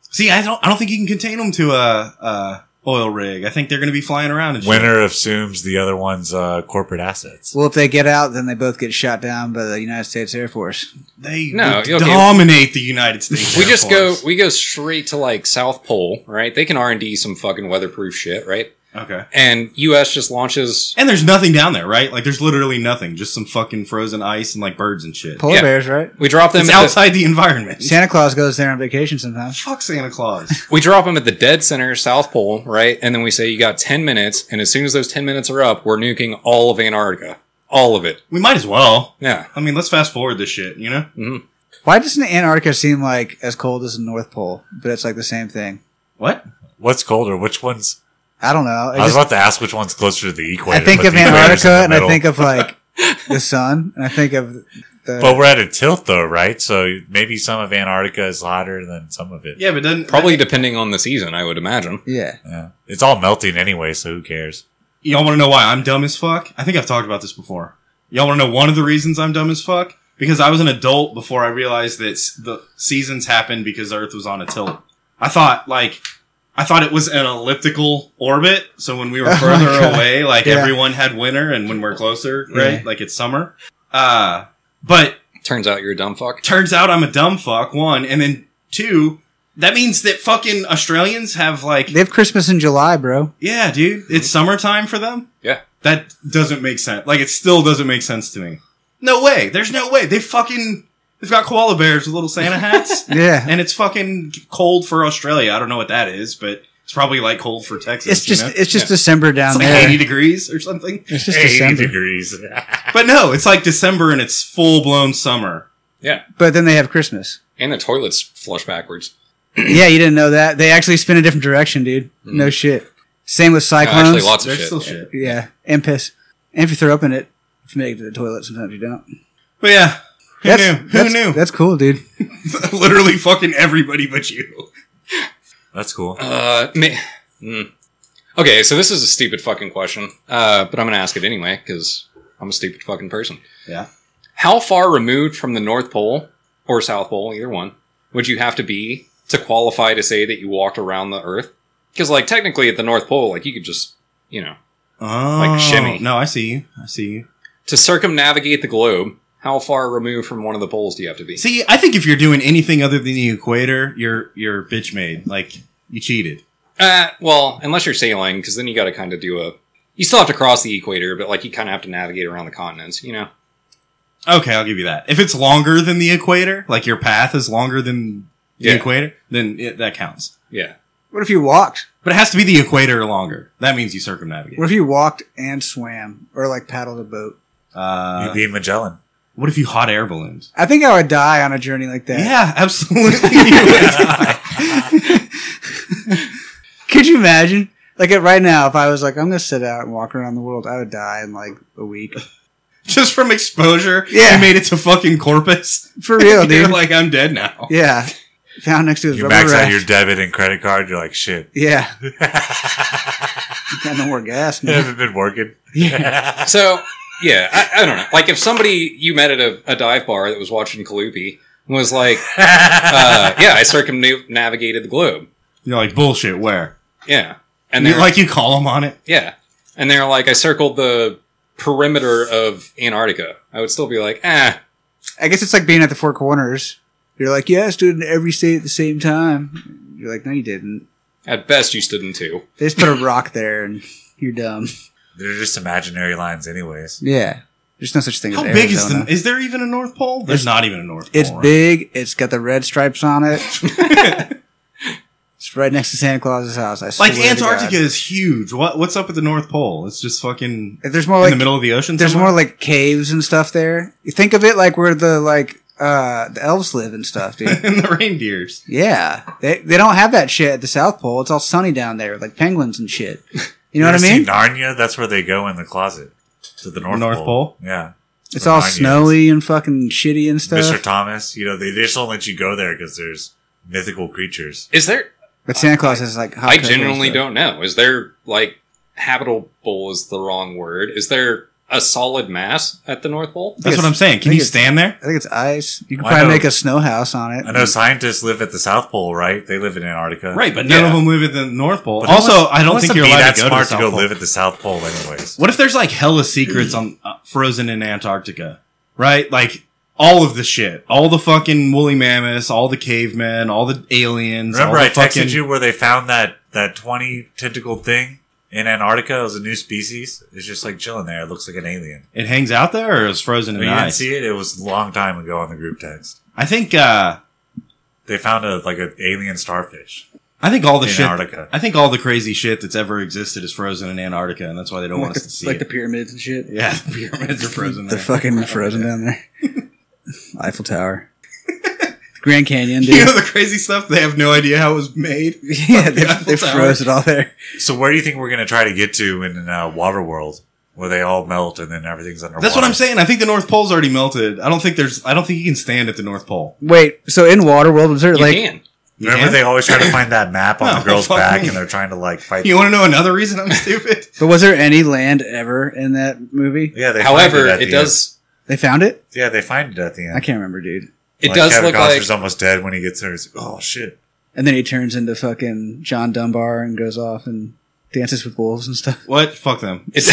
See, I don't I don't think you can contain them to a, a oil rig. I think they're gonna be flying around and shit. winner assumes the other one's uh, corporate assets. Well, if they get out, then they both get shot down by the United States Air Force. They No, would okay. dominate the United States. we Air just go Force. we go straight to like south pole right they can r&d some fucking weatherproof shit right Okay. and us just launches And there's nothing down there, right? Like there's literally nothing, just some fucking frozen ice and like birds and shit. Polar Yeah. bears, right? we drop them It's at the, outside the environment. Santa Claus goes there on vacation <laughs> sometimes. Fuck Santa Claus. we drop them at the dead center south pole right and then we say you got 10 minutes and as soon as those 10 minutes are up we're nuking all of antarctica all of it we might as well. yeah I mean, let's fast forward this shit, you know? Why doesn't Antarctica seem like as cold as the North Pole? But it's like the same thing. What? What's colder? Which one's? I don't know. It I was just- about to ask which one's closer to the equator. I think but of the equator's Antarctica in the and I middle. think <laughs> of like the sun and I think of uh, the But we're at a tilt though, right? So maybe some of Antarctica is hotter than some of it. Yeah, but doesn't probably depending on the season i would imagine yeah. Yeah. It's all melting anyway, so who cares? y'all want to know why I'm dumb as fuck? I think I've talked about this before. Y'all want to know one of the reasons I'm dumb as fuck? Because I was an adult before I realized that s- the seasons happened because Earth was on a tilt. I thought like I thought it was an elliptical orbit. So when we <laughs> Oh were my further God. away, like Yeah. everyone had winter, and when we're closer, right, Yeah. like it's summer. Uh, but turns out you're a dumb fuck turns out I'm a dumb fuck. One, and then two, That means that fucking Australians have like, They have Christmas in July, bro. yeah, dude, it's summertime for them. Mm-hmm. Yeah. That doesn't make sense. Like, it still doesn't make sense to me. No way. There's no way. They fucking, they've got koala bears with little <laughs> Santa hats. Yeah. and it's fucking cold for Australia. I don't know what that is, but it's probably like cold for Texas. It's just you know? it's just Yeah. December down it's like there. 80 degrees or something. It's just 80 December. degrees. <laughs> But no, it's like December and it's full blown summer. Yeah. But then they have Christmas. <clears throat> And the toilets flush backwards. yeah, you didn't know that. They actually spin a different direction, dude. Hmm. No shit. Same with Uh, cyclones. actually, lots of There's shit. still Yeah. shit. yeah, and piss. And if you throw up in it, if you make it to the toilet, sometimes you don't. But yeah, <laughs> who That's- knew? Who that's- knew? That's cool, dude. Literally fucking everybody but you. That's cool. Uh, ma- mm. Okay, so this is a stupid fucking question, uh, but I'm going to ask it anyway because I'm a stupid fucking person. Yeah. How far removed from the North Pole or South Pole, either one, would you have to be to qualify to say that you walked around the Earth? Because, like, technically at the North Pole, like, you could just, you know, Oh, shimmy. No, I see you. I see you. to circumnavigate the globe, how far removed from one of the poles do you have to be? See, I think if you're doing anything other than the equator, you're you're bitch made. Like you cheated. Uh, well, unless you're sailing, because then you got to kind of do a. You still have to cross the equator, but, like, you kind of have to navigate around the continents, you know? Okay, I'll give you that. If it's longer than the equator, like your path is longer than the Yeah. equator, then it, that counts. Yeah. What if you walked? But it has to be the equator or longer. That means you circumnavigate. What if you walked and swam or like paddled a boat? You'd Uh, be Magellan. what if you hot air balloons? I think I would die on a journey like that. Yeah, absolutely. You would. Could you imagine? Like it right now, if I was like, I'm gonna sit out and walk around the world, I would die in like <laughs> a week. <laughs> Just from exposure, Yeah. you made it to fucking Corpus. For <laughs> real, You're dude. like, I'm dead now. yeah. Found next to his You rubber max out raft. your debit and credit card. You're like, <laughs> shit. <laughs> yeah. it Got no more gas, man. hasn't been <laughs> working. So yeah, I, I don't know. Like if somebody you met at a, a dive bar that was watching Kalupi and was like, uh, <laughs> "Yeah, I circumnavigated the globe." You're like, bullshit, where? Yeah, and And they're you, like, like, you call them on it. "Yeah," and they're like, "I circled the perimeter of Antarctica." I would still be like, "Ah, I guess it's like being at the Four Corners. You're like, yeah, I stood in every state at the same time. You're like, no, you didn't. at best you stood in two. They just put a rock there and you're dumb. <laughs> They're just imaginary lines, anyways. Yeah. There's no such thing How as big is Arizona. the? Is there even a North Pole? There's not even a North Pole. It's right? big. It's got the red stripes on <laughs> it. it's right next to Santa Claus's house. I swear Like to God. Antarctica is huge. What what's up with the North Pole? It's just fucking If There's more in like the middle of the ocean. there's somewhere? more like caves and stuff there. You think of it like where the like uh the elves live and <laughs> stuff, dude. and the reindeers. yeah, they they don't have that shit at the South Pole. It's all sunny down there, like penguins and shit. You know what I ever mean? seen Narnia? That's where they go in the closet to the North, North Pole? Yeah, It's where all Narnia is. snowy and fucking shitty and stuff. Mr. Thomas. You know they just don't let you go there because there's mythical creatures. Is there? But Santa Claus is like hot I cocoa and genuinely stuff. don't know. Is there like habitable is the wrong word? Is there a solid mass at the North Pole? That's it's- what I'm saying. Can I think you it's- stand there? I think it's ice. You could Well, I probably know- make a snow house on it. I know scientists live at the South Pole, right? They live in Antarctica, Right, but None yeah. of them live at the North Pole. But also, unless- I don't unless think it'd you're be allowed that to go to, the smart to, South go Pole. live at the South Pole, <laughs> anyways. What if there's like hella secrets on uh, frozen in Antarctica, right? Like all of the shit, all the fucking woolly mammoths, all the cavemen, all the aliens. Remember, all the I texted fucking- you where they found that that twenty tentacled thing in Antarctica. It was a new species. It's just like chilling there. It looks like an alien. It hangs out there, or is frozen But in you didn't ice? see it. It was a long time ago on the group text. I think. uh They found a like an alien starfish. I think all the In shit. Antarctica. I think all the crazy shit that's ever existed is frozen in Antarctica, and that's why they don't like want the, us to see like the it. pyramids and shit. <laughs> yeah, the pyramids are frozen. They're there. fucking frozen down there. <laughs> Eiffel Tower, Grand Canyon, dude. You know the crazy stuff. They have no idea how it was made. <laughs> yeah, they, Eiffel they Tower. froze it all there. So where do you think we're gonna try to get to in uh, Waterworld, where they all melt and then everything's underwater? That's what I'm saying. I think the North Pole's already melted. I don't think there's. I don't think you can stand at the North Pole. Wait, so in Waterworld, was there You like can. You Remember, can? they always try to find that map on <laughs> No, the girl's fuck back, me. and they're trying to like fight. You want to know another reason I'm <laughs> stupid? but was there any land ever in that movie? yeah, they. However, find at it the does. They found it. end. Yeah, they find it at the end. I can't remember, dude. It Like, does Kevin look like Costner's almost dead when he gets there. He's like, oh shit. And then he turns into fucking John Dunbar and goes off and dances with wolves and stuff. What? Fuck them. It's,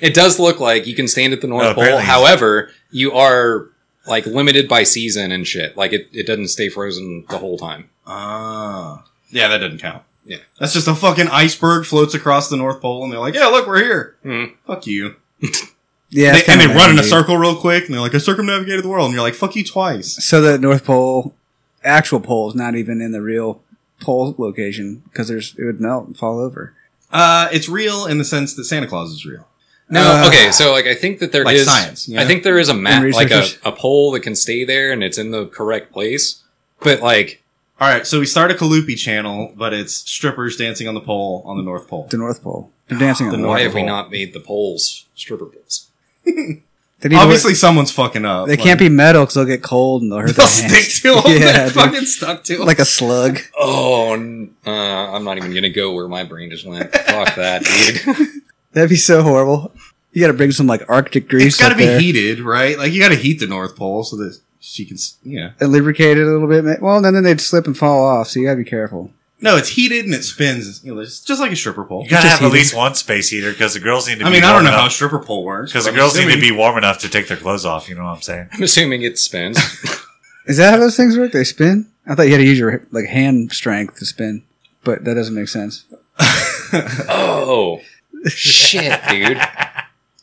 <laughs> it does look like you can stand at the North No, Pole. apparently- However, you are like limited by season and shit. Like it, it doesn't stay frozen the whole time. Ah. yeah, that doesn't count. Yeah. That's just a fucking iceberg floats across the North Pole and they're like, yeah, look, we're here. Mhm. Fuck you. <laughs> Yeah, They- it's and kinda they run in a handy. circle real quick and they're like, I circumnavigated the world. And you're like, fuck you twice. So the North Pole, actual pole, is not even in the real pole location because there's it would melt and fall over. Uh, it's real in the sense that Santa Claus is real. No, Uh, okay. So like, I think that there is. Like science. you I know? think there is a map, like a, researchers. a pole that can stay there and it's in the correct place. But like, All right, so we start a Kalupi channel, but it's strippers dancing on the pole on the North Pole. The North Pole. They're dancing on The the why North. North- have we Pole. not made the poles stripper poles? They need to- Obviously, someone's fucking up. <laughs> they can't be metal because they'll get cold and they'll hurt <laughs> their hands. to Yeah, dude. stuck to like a slug. Oh, n- uh, I'm not even gonna go where my brain just went. Fuck that, dude. <laughs> That'd be so horrible. You got to bring some like Arctic grease. It's got to up be there heated, right? Like you got to heat the North Pole so that she can, s- yeah. and lubricate it a little bit. ma- Well, then then they'd slip and fall off. So you got to be careful. No, it's heated and it spins. You know, it's just like a stripper pole. You gotta Just have at heating. least one space heater because the girls need to. I be mean, I don't warm know how a enough, stripper pole works because the but I'm girls need to assuming- be warm enough to take their clothes off. You know what I'm saying? I'm assuming it spins. Is that how those things work? They spin. I thought you had to use your like hand strength to spin, but that doesn't make sense. Oh shit, dude.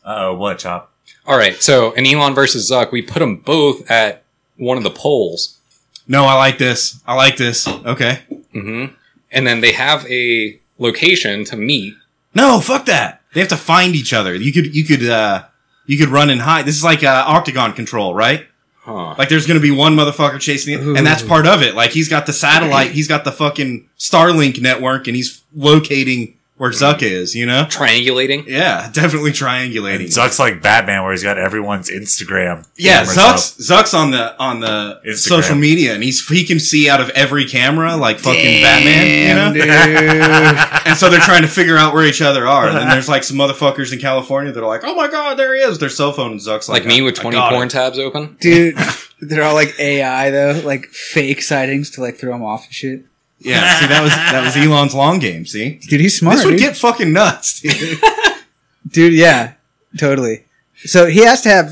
Uh, what chop? All right, so in Elon versus Zuck, we put them both at one of the poles, No, I like this. I like this. Okay. hmm and then they have a location to meet. No, fuck that. They have to find each other. You could, you could, uh, you could run and hide. This is like uh, octagon control, right? Huh. Like there's gonna be one motherfucker chasing the, and that's Ooh. part of it. Like he's got the satellite, he's got the fucking Starlink network, and he's locating where Zuck is. You know? Triangulating. Yeah, definitely And triangulating. Zuck's like Batman, where he's got everyone's Instagram. yeah, cameras Zuck's Zuck's on the on the Instagram. social media, and he's he can see out of every camera like fucking Batman. You know? Damn, dude. And so they're trying to figure out where each other are. And <laughs> then there's like some motherfuckers in California that are like, "Oh my god, there he is!" Their cell phone and Zuck's like, Like me with 20 porn tabs open. dude they're all like ai though like fake sightings to like throw him off and shit Yeah, see that was that <laughs> was Elon's long game. See, dude he's smart this would dude. get fucking nuts, dude. <laughs> dude yeah totally so he has to have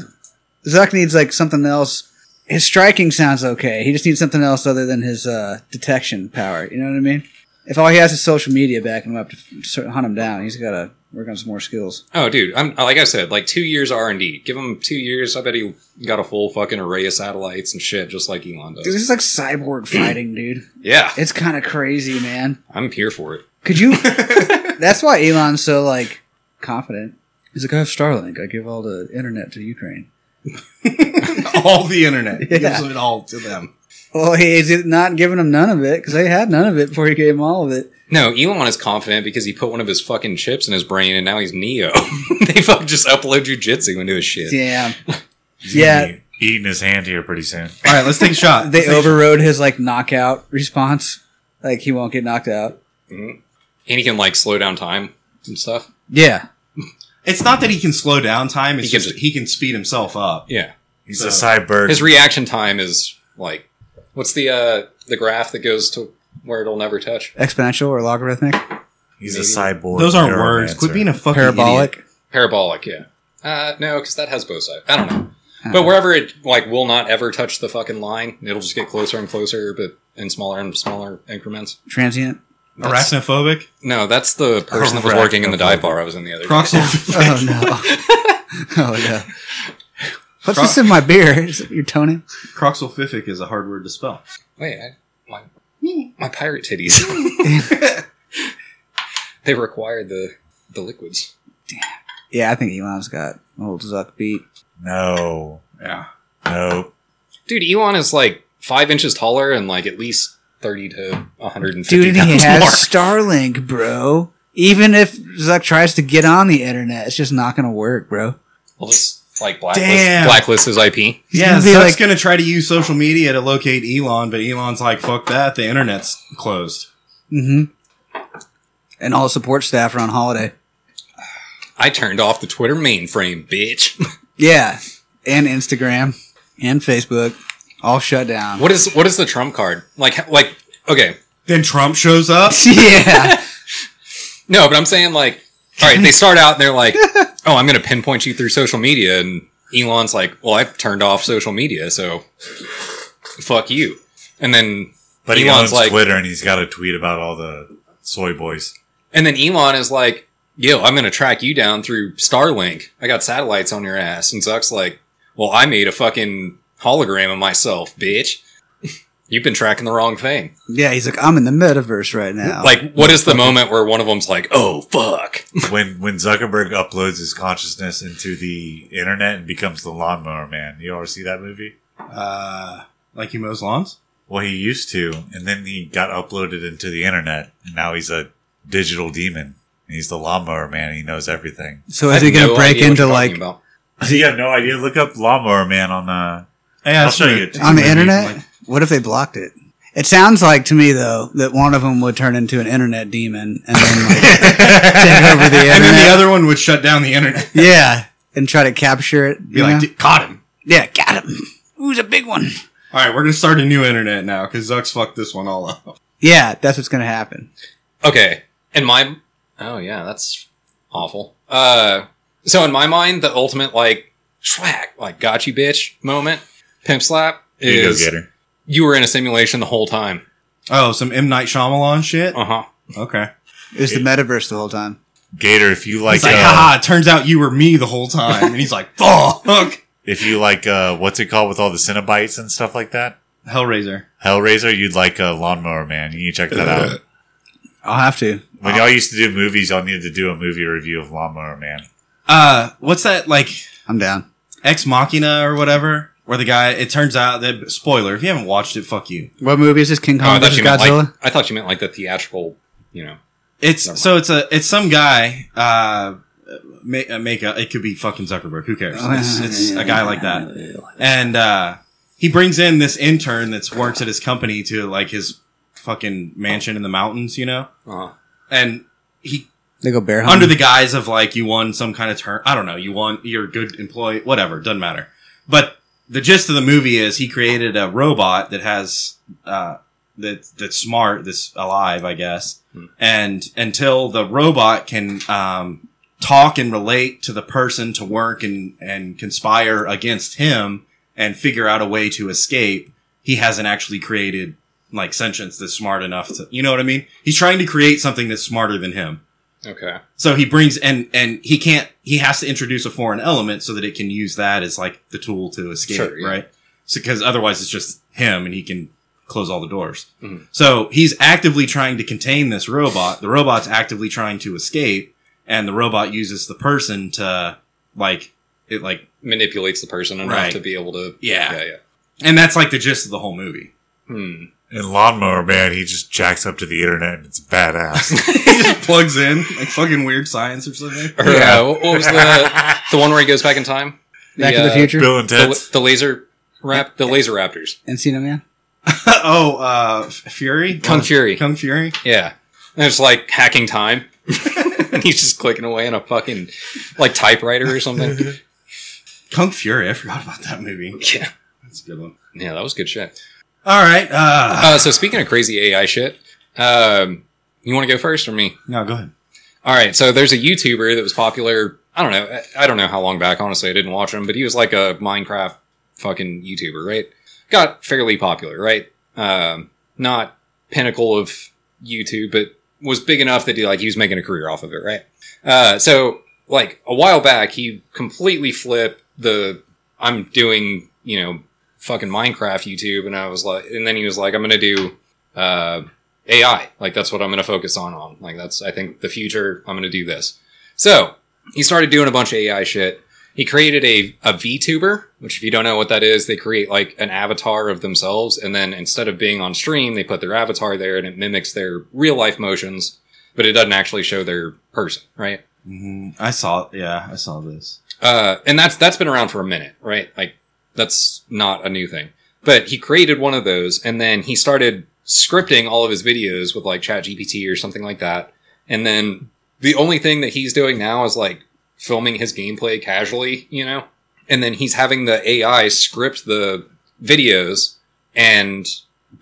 zuck needs like something else his striking sounds okay he just needs something else other than his uh, detection power you know what i mean if all he has is social media backing him up to f- sort of hunt him down he's got to work on some more skills Oh, dude, I'm like I said, like two years R and D. Give him two years. I bet he got a full fucking array of satellites and shit, just like Elon dude, does. this is like cyborg fighting dude Yeah, it's kind of crazy man I'm here for it. Could you? that's why Elon's so like confident. He's like, I have Starlink. I give all the internet to Ukraine. all the internet He Yeah. gives it all to them. Well, he's not giving them none of it because they had none of it before he gave them all of it. No, Elon is confident because he put one of his fucking chips in his brain, and now he's Neo. <laughs> they fucking just upload jujitsu into his shit. Damn. He's gonna Yeah. be eating his hand here pretty soon. All right, let's take a shot. They Let's take a overrode his like knockout response. Like he won't get knocked out. And he can like slow down time and stuff. Yeah. shot. It's not that he can slow down time; it's He can- just he can speed himself up. Yeah, He's So- a cyborg. his reaction time is like, what's the uh the graph that goes to where it'll never touch? Exponential or logarithmic? he's a maybe. cyborg. Those aren't words. neuromancer. Quit being a fucking Parabolic. Parabolic, yeah. Uh, no, because that has both sides. I don't know, but wherever it like will not ever touch the fucking line, it'll just get closer and closer, but in smaller and smaller increments. Transient. idiot. arachnophobic. No, that's the person that was working in the dive bar I was in the other. day. Croxel. Oh <laughs> no. <laughs> oh yeah. What's this in my beer? <laughs> Is it your toenail? Croxelphific is a hard word to spell. Wait, I, my my pirate titties. <laughs> they require the the liquids. Yeah, I think Elon's got old Zuck beat. No, Yeah. no. Dude, Elon is like five inches taller and like at least thirty to one hundred and fifty Dude, and he pounds has more. Starlink, bro. Even if Zuck tries to get on the internet, it's just not going to work, bro. We'll just like blacklist Damn. blacklist his IP. He's yeah, gonna be Zuck's like- gonna try to use social media to locate Elon, but Elon's like, "Fuck that! The internet's closed." hmm And all the support staff are on holiday. I turned off the Twitter mainframe, bitch. Yeah, and Instagram and Facebook all shut down. what is what is the trump card? Like like okay. Then Trump shows up. <laughs> yeah, No, but I'm saying like all right, they start out and they're <laughs> like, "Oh, I'm going to pinpoint you through social media." And Elon's like, "Well, I've turned off social media, so fuck you." And then But he Elon's owns like- Twitter and he's got a tweet about all the soy boys. And then Elon is like, yo, I'm going to track you down through Starlink. I got satellites on your ass. And Zuck's like, well, I made a fucking hologram of myself, bitch. You've been tracking the wrong thing. Yeah, he's like, I'm in the metaverse right now. Like, what is the moment where one of them's like, oh, fuck? when when Zuckerberg uploads his consciousness into the internet and becomes the lawnmower man. You ever see that movie? Uh, like he mows lawns. Well, he used to, and then he got uploaded into the internet, and now he's a digital demon. And he's the lawnmower man. He knows everything. <laughs> so I is he have going to no break idea what into you're like talking about. you have no idea. Look up lawnmower man on uh, Hey, I'll that's show what you it- it. on the maybe <laughs> internet? like- what if they blocked it? It sounds like to me though that one of them would turn into an internet demon and then <laughs> like, take over the internet. and then the other one would shut down the internet. yeah, and try to capture it. Be you like, know? "D- caught him. yeah, got him. Who's a big one? All right, we're gonna start a new internet now because Zuck's fucked this one all up. Yeah, that's what's going to happen. Okay. And my, oh, yeah, that's awful. Uh, so in my mind, the ultimate, like, track, like, got you, bitch moment, pimp slap ego is getter. you were in a simulation the whole time. Oh, some M Night Shyamalan shit. Uh huh. Okay, It was the metaverse the whole time. Gator. If you like, he's like, uh, haha, it turns out you were me the whole time, and he's like, <laughs> fuck, if you like, uh, what's it called with all the Cenobites and stuff like that? Hellraiser. Hellraiser. You'd like uh, lawnmower man. You need to check that Uh, out. I'll have to. When y'all used to do movies, y'all needed to do a movie review of Lawnmower Man. Uh, what's that like? I'm down. Ex Machina or whatever, where the guy. It turns out that spoiler. If you haven't watched it, fuck you. What movie is this? King Oh, I, Kong thought versus you meant Godzilla? like, I thought you meant like the theatrical, you know. It's Never so it's a it's some guy. Uh, make, make a, it could be fucking Zuckerberg. Who cares? Oh, It's, it's a guy like that. and uh, he brings in this intern that's works at his company to like his fucking mansion in the mountains, you know. Uh, And he They go bear under hunting. the guise of like you won some kind of turn. I don't know. You won. You're a good employee. Whatever. Doesn't matter. But the gist of the movie is he created a robot that has uh, that that's smart, that's alive, I guess. Hmm. And until the robot can um, talk and relate to the person to work and and conspire against him and figure out a way to escape, he hasn't actually created like sentience that's smart enough to you know what I mean. He's trying to create something that's smarter than him. okay. So he brings and and he can't he has to introduce a foreign element so that it can use that as like the tool to escape, Sure, yeah. right? So because otherwise it's just him and he can close all the doors. Mhm. So he's actively trying to contain this robot. The robot's actively trying to escape, and the robot uses the person to like it like Manipulates the person enough Right. to be able to. yeah. Yeah, yeah. And that's like the gist of the whole movie. <laughs> Hmm. In Lawnmower Man, he just jacks up to the internet and it's badass. <laughs> he just plugs in like fucking weird science or <laughs> something. Or, Yeah. uh, what what was the <laughs> the one where he goes back in time? Back to the uh, Future. Bill and The, Ted's. la- the laser rap. The laser raptors. Encino Man. oh, uh F- Fury? Kung Fury. Kung Fury? yeah. And it's like hacking time. <laughs> And He's just clicking away on a fucking like typewriter or something. Kung Fury, I forgot about that movie. yeah. That's a good one. Yeah, that was good shit. All right. Uh, Uh, so speaking of crazy AI shit, um, you want to go first or me? no, go ahead. All right, so there's a YouTuber that was popular. I don't know. I don't know how long back. Honestly, I didn't watch him, but he was like a Minecraft fucking YouTuber, right? Got fairly popular, right? Um, not pinnacle of YouTube, but was big enough that he like he was making a career off of it, right? Uh, so like a while back, he completely flipped the I'm doing you know fucking Minecraft YouTube, and I was like, and then he was like, I'm gonna do. Uh, AI. Like that's what I'm going to focus on. On like that's I think the future. I'm going to do this. So he started doing a bunch of AI shit. He created a a VTuber, which if you don't know what that is, they create like an avatar of themselves, and then instead of being on stream, they put their avatar there, and it mimics their real life motions, but it doesn't actually show their person, right? Mhm. I saw. Yeah, I saw this. Uh, and that's that's been around for a minute, right? Like that's not a new thing. But he created one of those, and then he started scripting all of his videos with like ChatGPT or something like that. And then the only thing that he's doing now is like filming his gameplay casually, you know. And then he's having the AI script the videos and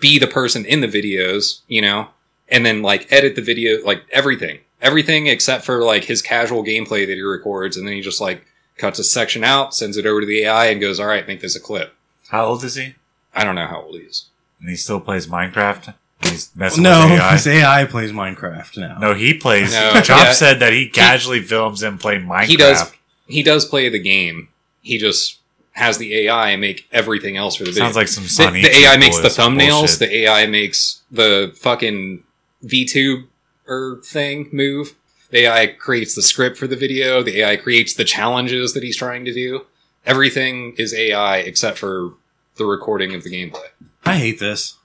be the person in the videos, you know, and then like edit the video, like everything, everything except for like his casual gameplay that he records, and then he just like cuts a section out, sends it over to the AI, and goes, "All right, make this a clip." How old is he? I don't know how old he is. and he still plays Minecraft. He's messing No, <laughs> with AI. his AI plays Minecraft now. No, he plays. No, Chop yeah. said that he casually films him play Minecraft. He does. He does play the game. He just has the AI make everything else for the video. Sounds like some the, Sonny. the AI makes the thumbnails. The AI makes the fucking VTuber thing move. The AI creates the script for the video. The AI creates the challenges that he's trying to do. Everything is AI except for the recording of the gameplay. I hate this.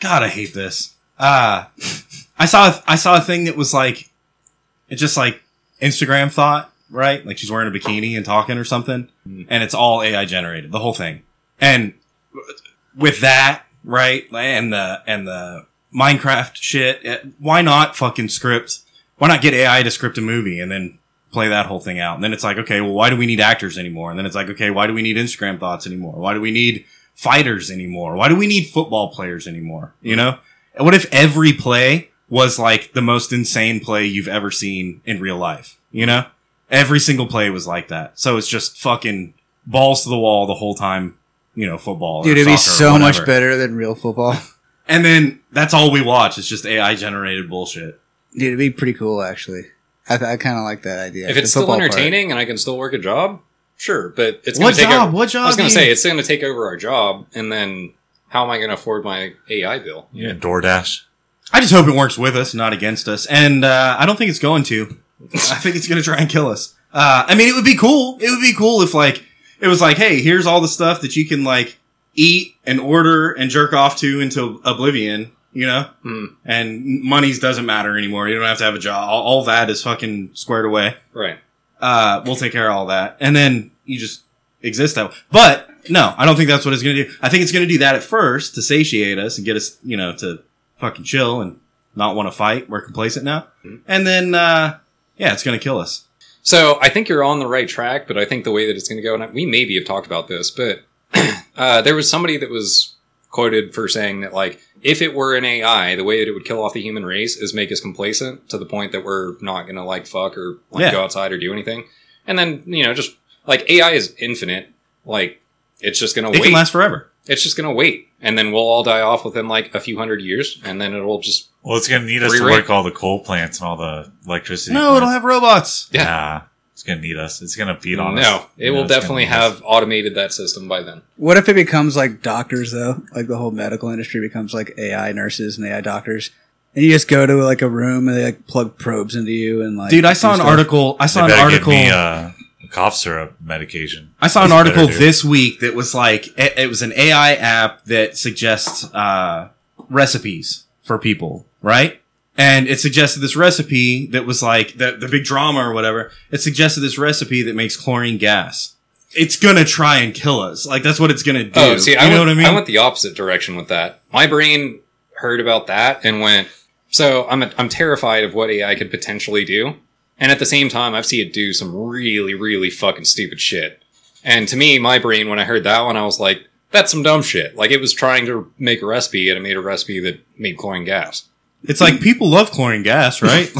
God, I hate this. Uh I saw I saw a thing that was like it's just like Instagram thought, right? Like she's wearing a bikini and talking or something, Mm. and it's all AI generated, the whole thing. And with that, right, and the and the Minecraft shit, eh, why not fucking script? Why not get AI to script a movie and then play that whole thing out? And then it's like, okay, well, why do we need actors anymore? And then it's like, okay, why do we need Instagram thoughts anymore? Why do we need fighters anymore? Why do we need football players anymore? You know? And what if every play was like the most insane play you've ever seen in real life? You know? Every single play was like that. So it's just fucking balls to the wall the whole time, you know, football. or Dude, it'd be soccer or so much whatever. better than real football. <laughs> And then that's all we watch. It's just AI generated bullshit. Dude, it'd be pretty cool actually. I, th- I kind of like that idea. if the it's still football part. entertaining and I can still work a job, sure. But it's going what to take. job? Over, what job? I was going do to you- say it's going to take over our job, and then how am I going to afford my AI bill? Yeah, DoorDash. I just hope it works with us, not against us. And uh, I don't think it's going to. I think it's going to try and kill us. Uh, I mean, it would be cool. It would be cool if like it was like, hey, here's all the stuff that you can like eat and order and jerk off to until oblivion. You know, Hmm, and monies doesn't matter anymore. You don't have to have a job. All, all that is fucking squared away right. uh, we'll take care of all that. And then you just exist that way. But no, I don't think that's what it's going to do. I think it's going to do that at first to satiate us and get us, you know, to fucking chill and not want to fight. We're complacent now. Hmm. Mhm. And then, uh, yeah, it's going to kill us. So I think you're on the right track, but I think the way that it's going to go, and we maybe have talked about this, but <clears throat> uh, there was somebody that was quoted for saying that, like, if it were an AI, the way that it would kill off the human race is make us complacent to the point that we're not going to like fuck or like Yeah. go outside or do anything, and then you know, just like AI is infinite, like it's just Oh, going to It wait. can last forever. it's just going to wait, and then we'll all die off within like a few hundred years, and then it'll just Well, it's going to need us Free to rate. work all the coal plants and all the electricity. No, it'll plants. have robots. Yeah. Nah, it's going to need us. It's going to feed on us. no, it You know, will it's gonna definitely need us. have automated that system by then. What if it becomes like doctors though? Like the whole medical industry becomes like AI nurses and AI doctors, and you just go to like a room and they like plug probes into you and like. Dude, I saw do an stuff. article. I saw They an better article. Give me uh, cough syrup medication. I saw an That's better, article dude. this week that was like it, it was an AI app that suggests uh, recipes for people, right? And it suggested this recipe that was like the the big drama or whatever. It suggested this recipe that makes chlorine gas. It's gonna try and kill us. Like that's what it's gonna do. Oh, see, you I know went, what I I, mean? went the opposite direction with that. My brain heard about that and went, so I'm, I'm terrified of what AI could potentially do. And at the same time, I've seen it do some really, really fucking stupid shit. And to me, my brain, when I heard that one, I was like, that's some dumb shit. Like it was trying to make a recipe and it made a recipe that made chlorine gas. it's like people love chlorine <laughs> gas, right?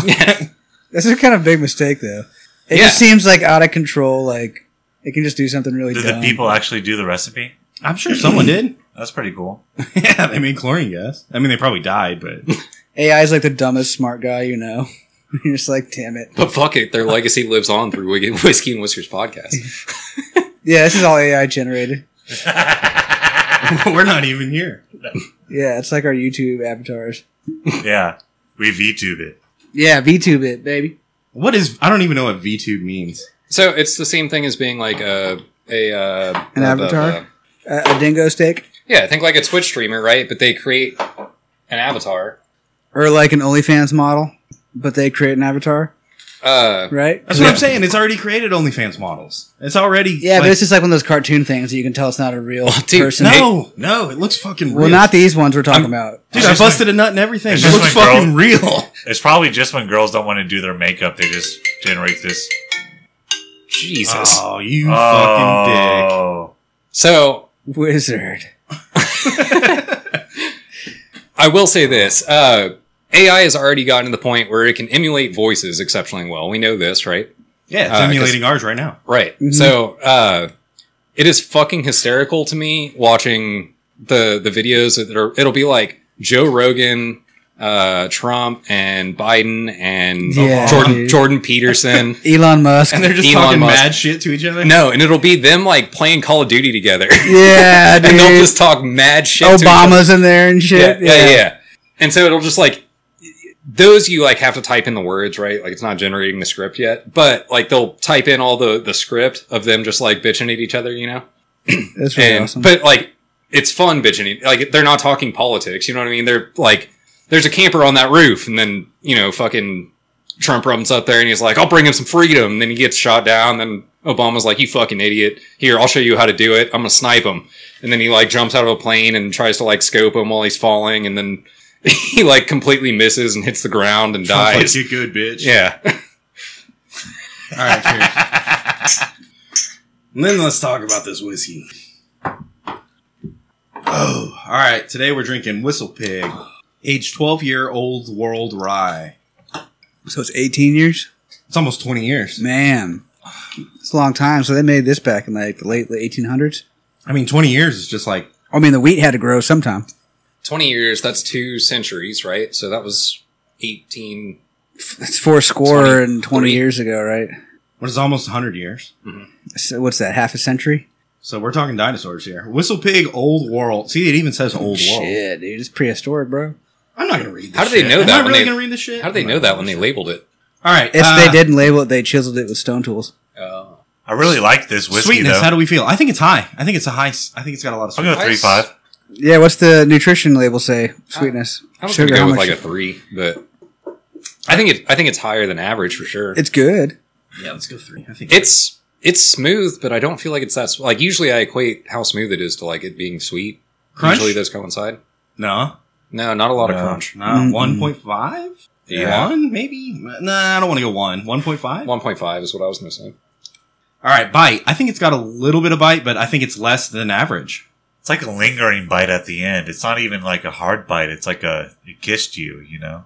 This is a kind of big mistake though. It Yeah. just seems like out of control. Like it can just do something really. Did dumb. the people actually do the recipe? I'm sure someone did. <laughs> That's pretty cool. yeah, they made chlorine gas. I mean, they probably died, but <laughs> AI is like the dumbest smart guy you know. <laughs> You're just like, damn it. But fuck it, their legacy lives on through Whi- <laughs> Whiskey and Whiskers podcast. Yeah, this is all AI generated. we're not even here. Yeah, it's like our YouTube avatars. yeah, we VTube it. Yeah, VTube it, baby. What is? I don't even know what VTube means. So it's the same thing as being like a, a, uh, An uh, avatar? uh, Uh, a dingo steak Yeah, I think like a Twitch streamer, right? But they create an avatar. or like an OnlyFans model, but they create an avatar, Uh, right? That's what I'm Yeah. saying. It's already created OnlyFans models. It's already Yeah, but like- it's just like one of those cartoon things that you can tell it's not <laughs> a real dude, person. no, no, it looks fucking real. Well, not these ones we're talking about. Dude, It's I just like- busted a nut and everything. It's It just looks like girl- fucking <laughs> real. It's probably just when girls don't want to do their makeup, they just generate this. Jesus. Ah. Oh, you fucking dick. oh, So Wizard. I will say this: uh, AI has already gotten to the point where it can emulate voices exceptionally well. We know this, right? Yeah, it's Uh, emulating ours right now. Right. Mhm. So uh, it is fucking hysterical to me watching the the videos that are it'll be like Joe Rogan, uh, Trump, and Biden, and Yeah, Jordan dude. Jordan <laughs> Peterson. Elon Musk. and they're just Elon talking Musk. mad shit to each other. No, and it'll be them like playing Call of Duty together, yeah, <laughs> dude. and they'll just talk mad shit. to each other. Obama's in there and yeah, shit. yeah, yeah, And so it'll just like those you like have to type in the words, right? Like it's not generating the script yet, but like they'll type in all the the script of them just like bitching at each other, you know. That's really and awesome. but like it's fun bitching. Like they're not talking politics, you know what I mean? They're like, there's a camper on that roof, and then you know, fucking Trump runs up there and he's like, I'll bring him some freedom. And then he gets shot down. Then Obama's like, you fucking idiot. Here, I'll show you how to do it. I'm gonna snipe him. And then he like jumps out of a plane and tries to like scope him while he's falling, and then <laughs> he like completely misses and hits the ground and Trump's dies. like, you good <laughs> bitch. yeah. All right, cheers. <laughs> and then let's talk about this whiskey. Oh, all right. Today we're drinking Whistle Pig, aged 12 year old world rye. so it's 18 years? It's almost 20 years. Man. It's a long time. So they made this back in like the late, late 1800s. I mean, 20 years is just like I mean, the wheat had to grow sometime. 20 years, that's two centuries, right? So that was 18. It's four score 20, and 20 30. years ago, right? what is almost 100 years. So what's that, half a century? So we're talking dinosaurs here. Whistle Pig, old world. See, it even says Oh, old world. Shit, dude. It's prehistoric, bro. I'm not gonna read. This How do they shit. know Am that I when really they- gonna read this shit? How did they I'm know not that gonna when they read labeled it? this shit. All right, If uh, they didn't label it, they chiseled it with stone tools. Oh. I really like this whiskey sweetness. though. How do we feel? I think it's high. I think it's a high. s- I think it's got a lot of I'm gonna sweetness. I s- three five. Yeah, what's the nutrition label say? Sweetness. I was Sugar, gonna how go with much- like a three, but I think it. I think it's higher than average for sure. It's good. Yeah, let's go three. I think It's it's smooth, but I don't feel like it's that. s- Like usually, I equate how smooth it is to like it being sweet. crunch. Usually, those coincide. no, No, not a lot of No. crunch. no, Mm-mm. one point five. Yeah. one maybe. Nah, I don't want to go one. One point five. All One point five is what I was gonna say. right, bite. I think it's got a little bit of bite, but I think it's less than average. It's like a lingering bite at the end. It's not even like a hard bite. It's like a it kissed you, you know.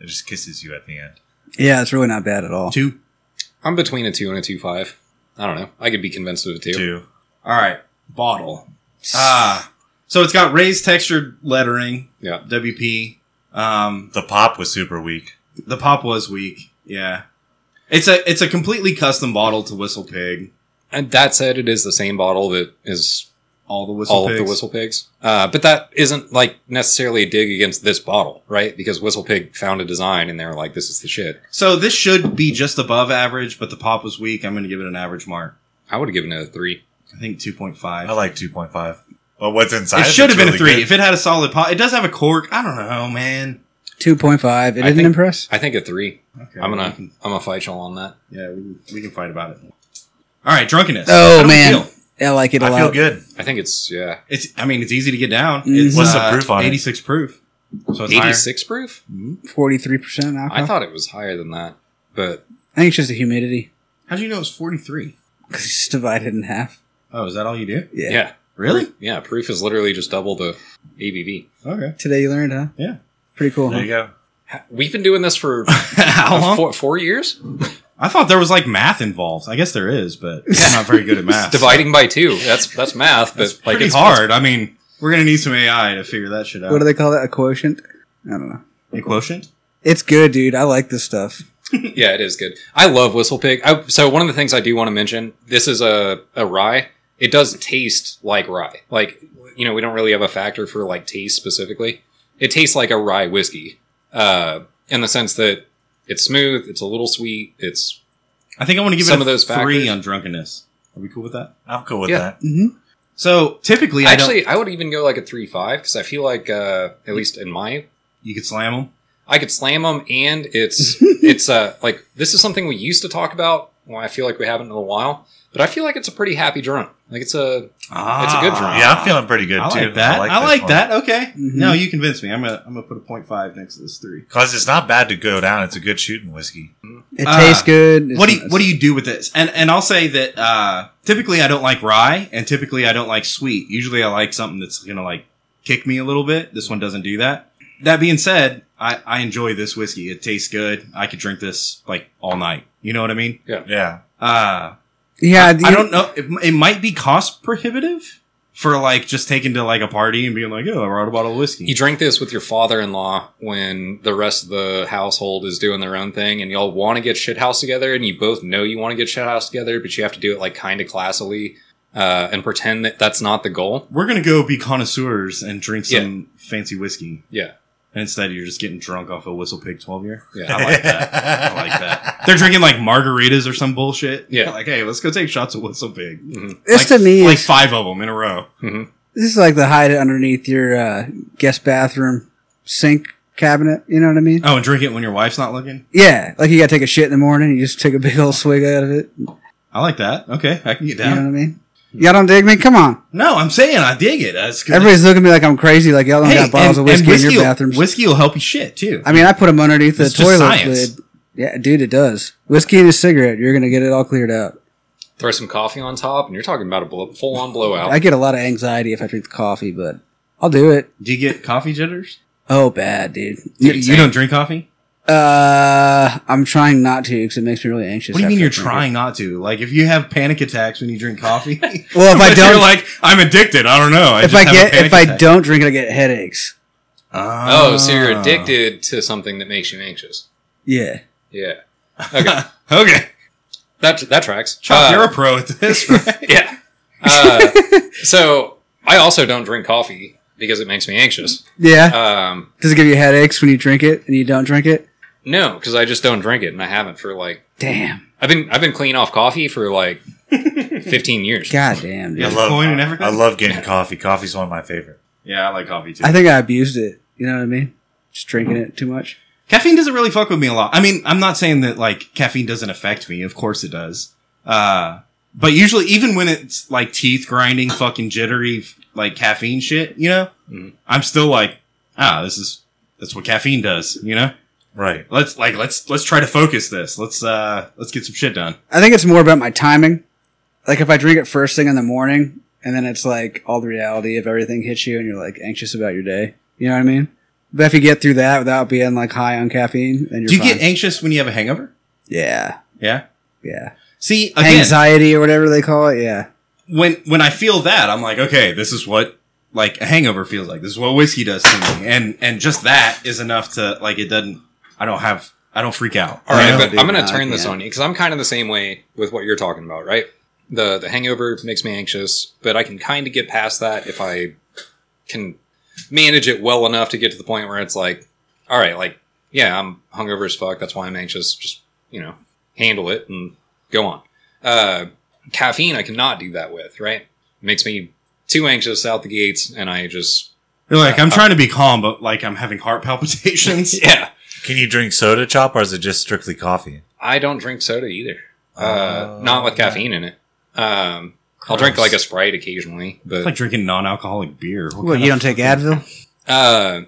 It just kisses you at the end. Yeah, it's really not bad at all. Two. I'm between a two and a two five. I don't know. I could be convinced of a two. Too. All right, bottle. Ah, so it's got raised textured lettering. Yeah. WP. Um, The pop was super weak. The pop was weak. Yeah. It's a it's a completely custom bottle to Whistle Pig. And that said, it is the same bottle that is All the whistle all pigs. of the whistle pigs. Uh, but that isn't like necessarily a dig against this bottle, right? Because whistle pig found a design and they were like, "This is the shit." So this should be just above average, but the pop was weak. I'm going to give it an average mark. I would have given it a three. I think 2.5. I like two point five. But what's inside? it of should have it's been a really three good. if it had a solid pop. It does have a cork. I don't know, man. 2.5. It I didn't think- impress? I think a three. Okay, I'm we gonna can- I'm gonna fight y'all on that. yeah, we can, we can fight about it. All right, drunkenness. Oh, How do we man. feel? I like it a I lot. feel good. I think it's yeah It's I mean it's easy to get down. Mhm. It's, What's the uh, proof on it? 86 proof. So it's eighty 86. six proof. 43% alcohol. I thought it was higher than that, but I think it's just the humidity How do you know it's 43? because it's just divided in half. Oh, is that all you do? yeah, Yeah. yeah, Really? proof is literally just double the ABV. Okay. Today you learned, huh? Yeah. Pretty cool. There Huh? you Mm-hmm. go. We've been doing this for <laughs> How long? four, four years, I thought there was like math involved. I guess there is, <laughs> but I'm not very good <laughs> at math. dividing by two. That's that's <laughs> math, but That's like pretty it's hard. I mean, we're gonna need some AI to figure that shit out. What do they call that? A quotient? I don't know. A quotient? It's good, dude. I like this stuff. Yeah, it is good. I love Whistle Pig. I, so one of the things I do want to mention, this is a, a rye. It does taste like rye. Like, you know, we don't really have a factor for like taste specifically. It tastes like a rye whiskey, uh, in the sense that it's smooth, it's a little sweet, it's I think I want to give Some it a of those three factors. on drunkenness. Are we cool with that? I'm cool with Yeah. that. Mm-hmm. So typically, I don't, actually I would even go like a three five because I feel like uh, at least in my you could slam them. I could slam them, and <laughs> it's it's uh like this is something we used to talk about. Well, I feel like we haven't in a while, but I feel like it's a pretty happy drunk. Like it's a Ah, It's a good drunk. Yeah, I'm feeling pretty good I too. like that. I like, Mm-hmm. this one. that. Okay. Mhm. No, you convinced me. I'm gonna I'm gonna put a point five next to this three. Cause it's not bad to go down. It's a good shooting whiskey. It Ah. tastes good. It's what do you, nice. what do you do with this? And and I'll say that uh, typically I don't like rye, and typically I don't like sweet. Usually I like something that's gonna like kick me a little bit. This one doesn't do that. That being said, I I enjoy this whiskey. It tastes good. I could drink this like all night. You know what I mean? Yeah. Uh, Yeah, I don't know. It, it might be cost prohibitive for like just taking to like a party and being like, "Oh, I brought a bottle of whiskey." You drink this with your father-in-law when the rest of the household is doing their own thing, and y'all want to get shit house together, and you both know you want to get shit house together, but you have to do it like kind of classily uh, and pretend that that's not the goal. We're gonna go be connoisseurs and drink some fancy whiskey, Yeah, and instead you're just getting drunk off a Whistle Pig twelve year. yeah. I like that. I like that. <laughs> They're drinking like margaritas or some bullshit. Yeah. like hey, let's go take shots of Whistle Pig. Mhm. This Like- to me like is five of them in a row. this is like the hide it underneath your uh, guest bathroom sink cabinet. You know what I mean? Oh, and drink it when your wife's not looking. Yeah, like you gotta take a shit in the morning. You just take a big old swig out of it. I like that. Okay, I can get You down. know what I mean? Y'all don't dig me? Come on! No, I'm saying I dig it. That's good. Everybody's looking at me like I'm crazy. Like y'all don't got bottles and- of whiskey, and in your will- bathrooms. Whiskey will help you shit too. I mean, I put them underneath It's the just toilet science. lid. Yeah, dude, it does. Whiskey and a cigarette, you're gonna get it all cleared out. Throw some coffee on top, and you're talking about a blow- full-on Oh. blowout. I get a lot of anxiety if I drink the coffee, but I'll do it. Do you get coffee jitters? Oh, bad, dude. You, Dude, you same. don't drink coffee? Uh, I'm trying not to because it makes me really anxious. What do you mean after you're I trying drink it. not to? Like if you have panic attacks when you drink coffee? <laughs> Well, if I but <laughs> don't- you're like I'm addicted. I don't know. I if just I have a get panic if I attack. don't drink it, I get headaches. oh, so you're addicted to something that makes you anxious. Yeah. Yeah. Okay, <laughs> okay, that that tracks. Chop, Uh, you're a pro at this. <laughs> Right? yeah. <laughs> Uh, so I also don't drink coffee because it makes me anxious. Yeah. Um, Does it give you headaches when you drink it and you don't drink it? no, because I just don't drink it, and I haven't for like Damn. I've been I've been clean off coffee for like fifteen years. God damn, dude. Yeah. I love Coin and everything? I love getting coffee. Coffee's one of my favorite. yeah, I like coffee too. I think I abused it. You know what I mean? Just drinking it too much. Caffeine doesn't really fuck with me a lot. I mean, I'm not saying that like caffeine doesn't affect me. Of course it does. Uh, but usually, even when it's like teeth grinding, fucking jittery, like caffeine shit, you know, Mhm. I'm still like, ah, this is that's what caffeine does. You know, Right. let's like let's let's try to focus this. Let's uh let's get some shit done. I think it's more about my timing. Like if I drink it first thing in the morning and then it's like all the reality of everything hits you and you're like anxious about your day. You know what I mean? But if you get through that without being like high on caffeine, then you're Do you fine. get anxious when you have a hangover? yeah. Yeah. Yeah. See, again, Anxiety or whatever they call it. Yeah. when when I feel that, I'm like, okay, this is what like a hangover feels like. This is what whiskey does to me, and and just that is enough to like it doesn't. I don't have. I don't freak out. All right, No, but dude, I'm gonna no, I turn this can't. on you because I'm kind of the same way with what you're talking about, right? The the hangover makes me anxious, but I can kind of get past that if I can manage it well enough to get to the point where it's like, all right, like yeah, I'm hungover as fuck. That's why I'm anxious. Just you know, handle it and go on. Uh, caffeine, I cannot do that with. Right, makes me too anxious out the gates, and I just <laughs> You're like, I'm trying to be calm, but like I'm having heart <laughs> palpitations. <laughs> yeah, Can you drink soda chop or is it just strictly coffee? <laughs> I don't drink soda either. Uh, Oh, not with yeah. caffeine in it. Um, I'll drink Gross. like a Sprite occasionally, It's like but drinking non-alcoholic beer. What Well, kind you of- don't take Advil? uh,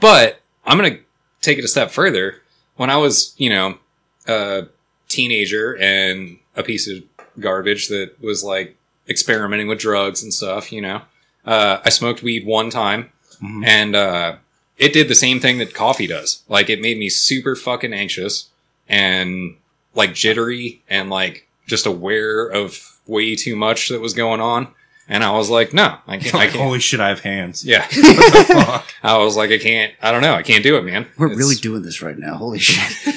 but I'm gonna take it a step further. When I was, you know, a teenager and a piece of garbage that was like experimenting with drugs and stuff, you know, uh, I smoked weed one time, Mhm. and uh, it did the same thing that coffee does. Like it made me super fucking anxious and like jittery and like just aware of way too much that was going on. And I was like, no, I can't. I <laughs> Like, can't. holy shit, I have hands. Yeah, What the fuck? <laughs> I was like, I can't. I don't know. I can't do it, man. We're It's- really doing this right now. Holy shit.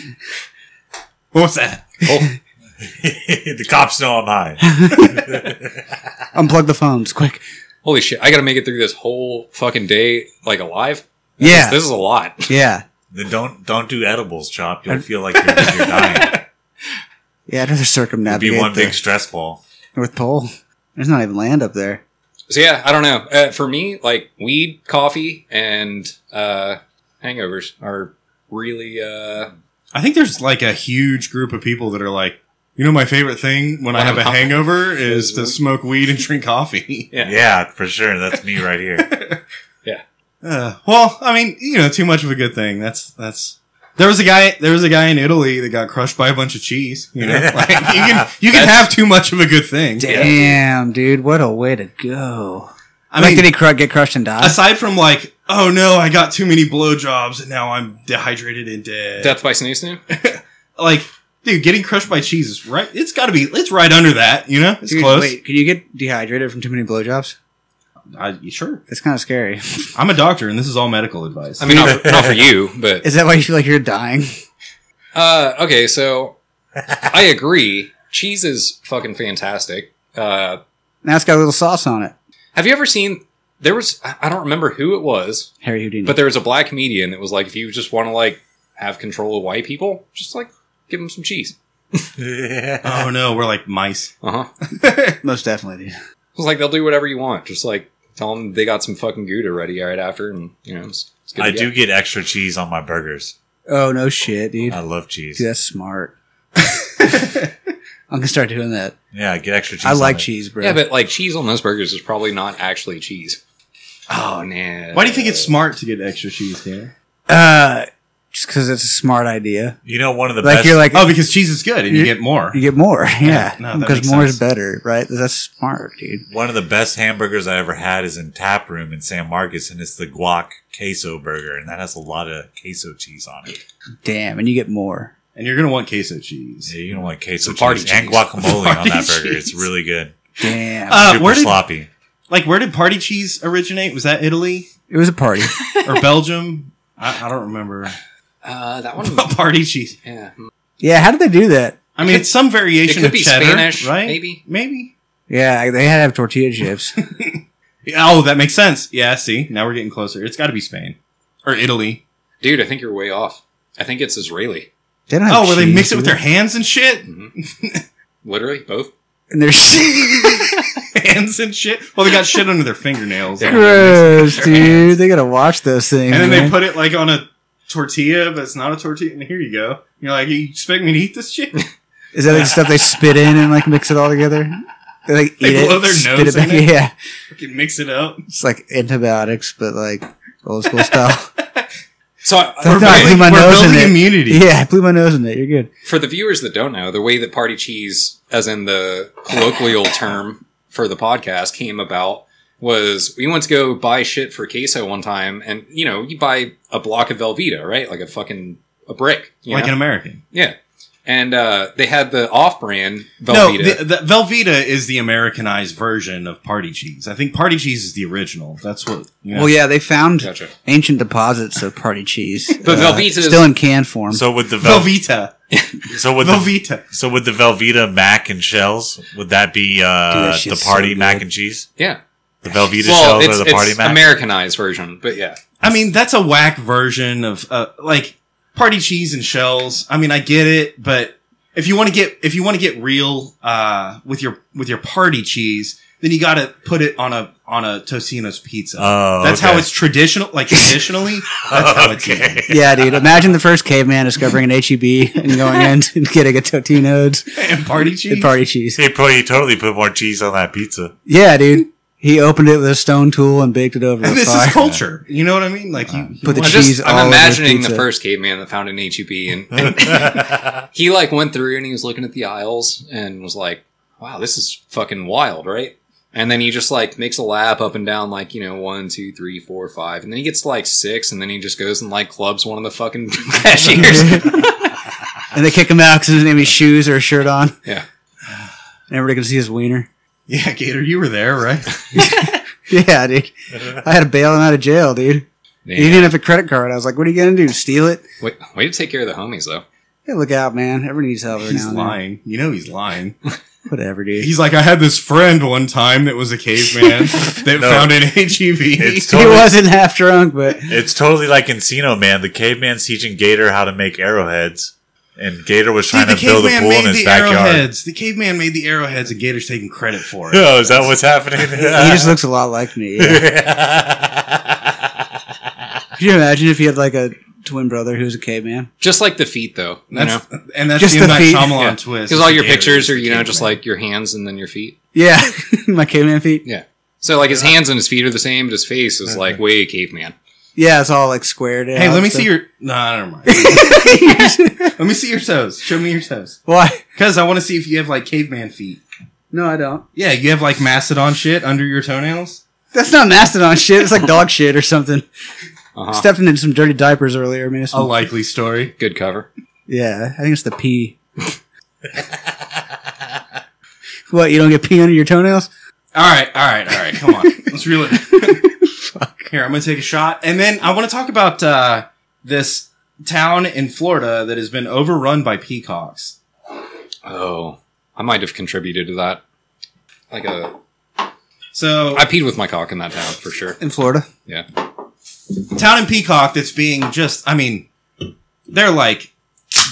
What was that? oh, the cops know I'm high. <laughs> Unplug the phones quick. holy shit! I got to make it through this whole fucking day like alive. Yeah. This is a lot. Yeah. Then don't don't do edibles, chop. You'll feel like you're, <laughs> you're dying. Yeah, I'd rather It'll circumnavigate be one the big stress ball. North Pole. There's not even land up there. So yeah, I don't know. Uh, for me, like weed, coffee, and uh, hangovers are really uh, I think there's like a huge group of people that are like, you know, my favorite thing when I have a hangover is to smoke weed and drink coffee. yeah. Yeah, for sure. That's me right here. <laughs> Uh, well, I mean, you know, too much of a good thing. That's that's. There was a guy. There was a guy in Italy that got crushed by a bunch of cheese. You know, <laughs> like, you can you can That's- have too much of a good thing. Damn, dude, what a way to go. I like, mean, did he cr- get crushed and die? aside from like, oh no, I got too many blowjobs and now I'm dehydrated and dead. Death by Snoo Snoo. Like, dude, getting crushed by cheese is right. It's got to be. It's right under that. You know, it's Dude, close. Wait, can you get dehydrated from too many blowjobs? I, sure. It's kind of scary. I'm a doctor, and this is all medical advice. I mean, not for, not for you, but Is that why you feel like you're dying? uh, okay. So I agree. Cheese is fucking fantastic. Uh, Now it's got a little sauce on it. have you ever seen? There was I I don't remember who it was, Harry Houdini. but there was a black comedian that was like, if you just want to like have control of white people, just like give them some cheese. oh no, we're like mice. Uh huh. Most definitely, dude. It's like they'll do whatever you want. Just like tell them they got some fucking Gouda ready right after, and you know, it's, it's good. I to do go. get extra cheese on my burgers. Oh, no shit, dude. I love cheese. Dude, that's smart. <laughs> I'm gonna start doing that. Yeah, I get extra cheese. I on like it. cheese, bro. Yeah, but like cheese on those burgers is probably not actually cheese. Oh man. Why do you think it's smart to get extra cheese, Dan? uh, just because it's a smart idea. You know, one of the Like best. you're like, Oh, because cheese is good, and you You- get more. you get more, yeah, no, that because makes more sense. is better, right? That's smart, dude. one of the best hamburgers I ever had is in Tap Room in San Marcos, and it's the guac queso burger, and that has a lot of queso cheese on it. Damn, and you get more. And you're gonna want queso cheese. Yeah, you don't want queso Some party cheese, and cheese. guacamole on Party that burger. It's cheese. really good. Damn, Uh, Super where did sloppy. like where did party cheese originate? Was that Italy it was <laughs> a party. <laughs> or Belgium? I, I don't remember. <laughs> Uh, that one. <laughs> party cheese. yeah. yeah, how did they do that? I mean, it's some It variation could of be cheddar, Spanish, right? maybe. maybe. Yeah, they had to have <laughs> tortilla chips. Yeah, Oh, that makes sense. Yeah, see, now we're getting closer. It's got to be Spain or Italy. Dude, I think you're way off. I think it's Israeli. They don't have Oh, where they cheese, mix it with do their hands and shit, <laughs> Literally, both. they? and they're <laughs> <laughs> hands and shit. Well, they got shit under their fingernails, Yeah. <laughs> gross, dude. They gotta watch those things. and then man. they put it like on a tortilla, but it's not a tortilla. And here you go. You're like, you expect me to eat this shit? <laughs> Is that like the stuff they spit in and like mix it all together? They like They eat blow it, their spit nose it back. in it? Yeah, Fucking mix it up. it's like antibiotics, but like <laughs> old school style. So, I- They're for, <laughs> not- I building- blew my we're nose in building it. immunity. yeah, I blew my nose in it. You're good. for the viewers that don't know, the way that party cheese, as in the colloquial term for the podcast, came about was we went to go buy shit for queso one time, and you know, you buy a block of Velveeta, right? Like a fucking a brick. you Like know? an American. yeah. And uh, they had the off-brand Velveeta. No, the, the Velveeta is the Americanized version of party cheese. I think party cheese is the original. That's what. You know. Well, yeah, they found Gotcha. ancient deposits of <laughs> party cheese, Uh, But Velveeta's- still in can form. So with the Vel- Velveeta. so with the Velveeta. so with the Velveeta mac and shells, would that be uh, Dude, that the shit's party so good. mac and cheese? Yeah. The Velveeta Well, shells it's, or the party it's mac? Americanized version, but yeah. I mean, that's a whack version of uh, like party cheese and shells. I mean, I get it, but if you want to get if you want to get real uh, with your with your party cheese, then you got to put it on a on a Tocino's pizza. oh, that's okay. how it's traditional. Like traditionally, that's how it's eaten. Okay. yeah, dude. Imagine the first caveman discovering an HEB and <laughs> going in and getting a Totino's And party and cheese. party cheese. They probably totally put more cheese on that pizza. <laughs> Yeah, dude. He opened it with a stone tool and baked it over And a this fire. is culture. You know what I mean? Like you, Uh, you Put I'm the want- just cheese all I'm over his imagining the pizza. first caveman that found an HEB and, and he like went through and he was looking at the aisles and was like, "Wow, this is fucking wild, right?" And then he just like makes a lap up and down, like you know, one, two, three, four, five, and then he gets to like six, and then he just goes and like clubs one of the fucking <laughs> cashiers. <laughs> and they kick him out because he didn't have any shoes or a shirt on. yeah, And <sighs> everybody can see his wiener. <laughs> <laughs> yeah, Gator, you were there, right? <laughs> Yeah, dude. I had to bail him out of jail, dude. He yeah. didn't have a credit card. I was like, what are you going to do? Steal it? Way, way to take care of the homies though. Hey, look out, man. Everybody needs help every He's now and then. lying. You know he's <laughs> lying. Whatever, dude. He's like, I had this friend one time that was a caveman <laughs> that No. found an E HEV. It's he totally, wasn't <laughs> half drunk, but it's totally like Encino Man. The caveman's teaching Gator how to make arrowheads, and Gator was Dude, trying to build a pool in his backyard. arrowheads. The caveman made the arrowheads, and Gator's taking credit for it. <laughs> Oh, is that what's <laughs> happening? he <laughs> just looks a lot like me. Yeah. Could you imagine if he had like a twin brother who's a caveman? Just like the feet though, you know, That's, and that's Just the the that feet. Shyamalan Yeah. twist. because all your Gator pictures is are the you know just caveman. like your hands and then your feet. Yeah, <laughs> my caveman feet. Yeah. So like his hands and his feet are the same, but his face is like way caveman. Yeah, it's all like squared. Hey, let me see your. Nah, never mind. <laughs> <laughs> let me see your toes. Show me your toes, Why? because I want to see if you have like caveman feet. No, I don't. Yeah, you have like mastodon shit under your toenails. That's not mastodon shit. It's like dog shit or something. Uh-huh. Stepped into some dirty diapers earlier. I mean, it's A likely story. Good cover. Yeah, I think it's the pee. <laughs> what, you don't get pee under your toenails? <laughs> All right, all right, all right. Come on. Let's reel it. Here, I'm gonna take a shot, and then I want to talk about uh, this town in Florida that has been overrun by peacocks. Oh, I might have contributed to that. Like a, So, I peed with my cock in that town for sure. in Florida. Yeah, town in Peacock that's being just, I mean, they're like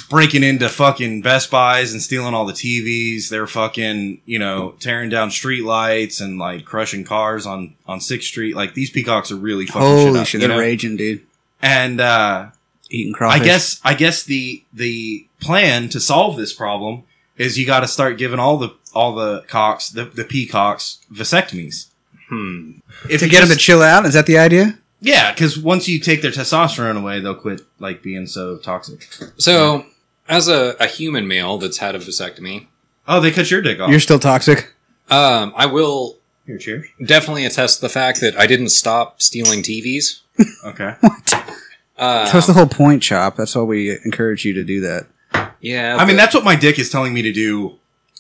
breaking into fucking Best Buys and stealing all the TVs. They're fucking, you know, tearing down streetlights and like crushing cars on on 6th Street. Like these peacocks are really fucking shit Holy up, shit, you they're know? raging, dude. And uh Eating crawfish. I guess I guess the the plan to solve this problem is you got to start giving all the all the cocks, the, the peacocks vasectomies. hmm. If to you get them just- to chill out. Is that the idea? Yeah, because once you take their testosterone away, they'll quit like being so toxic. So, as a, a human male that's had a vasectomy, Oh, they cut your dick off. You're still toxic. um, I will Here, cheers. definitely attest to the fact that I didn't stop stealing TVs. <laughs> Okay. Um, That's the whole point, Chop. That's why we encourage you to do that. yeah, I mean, but- that's what my dick is telling me to do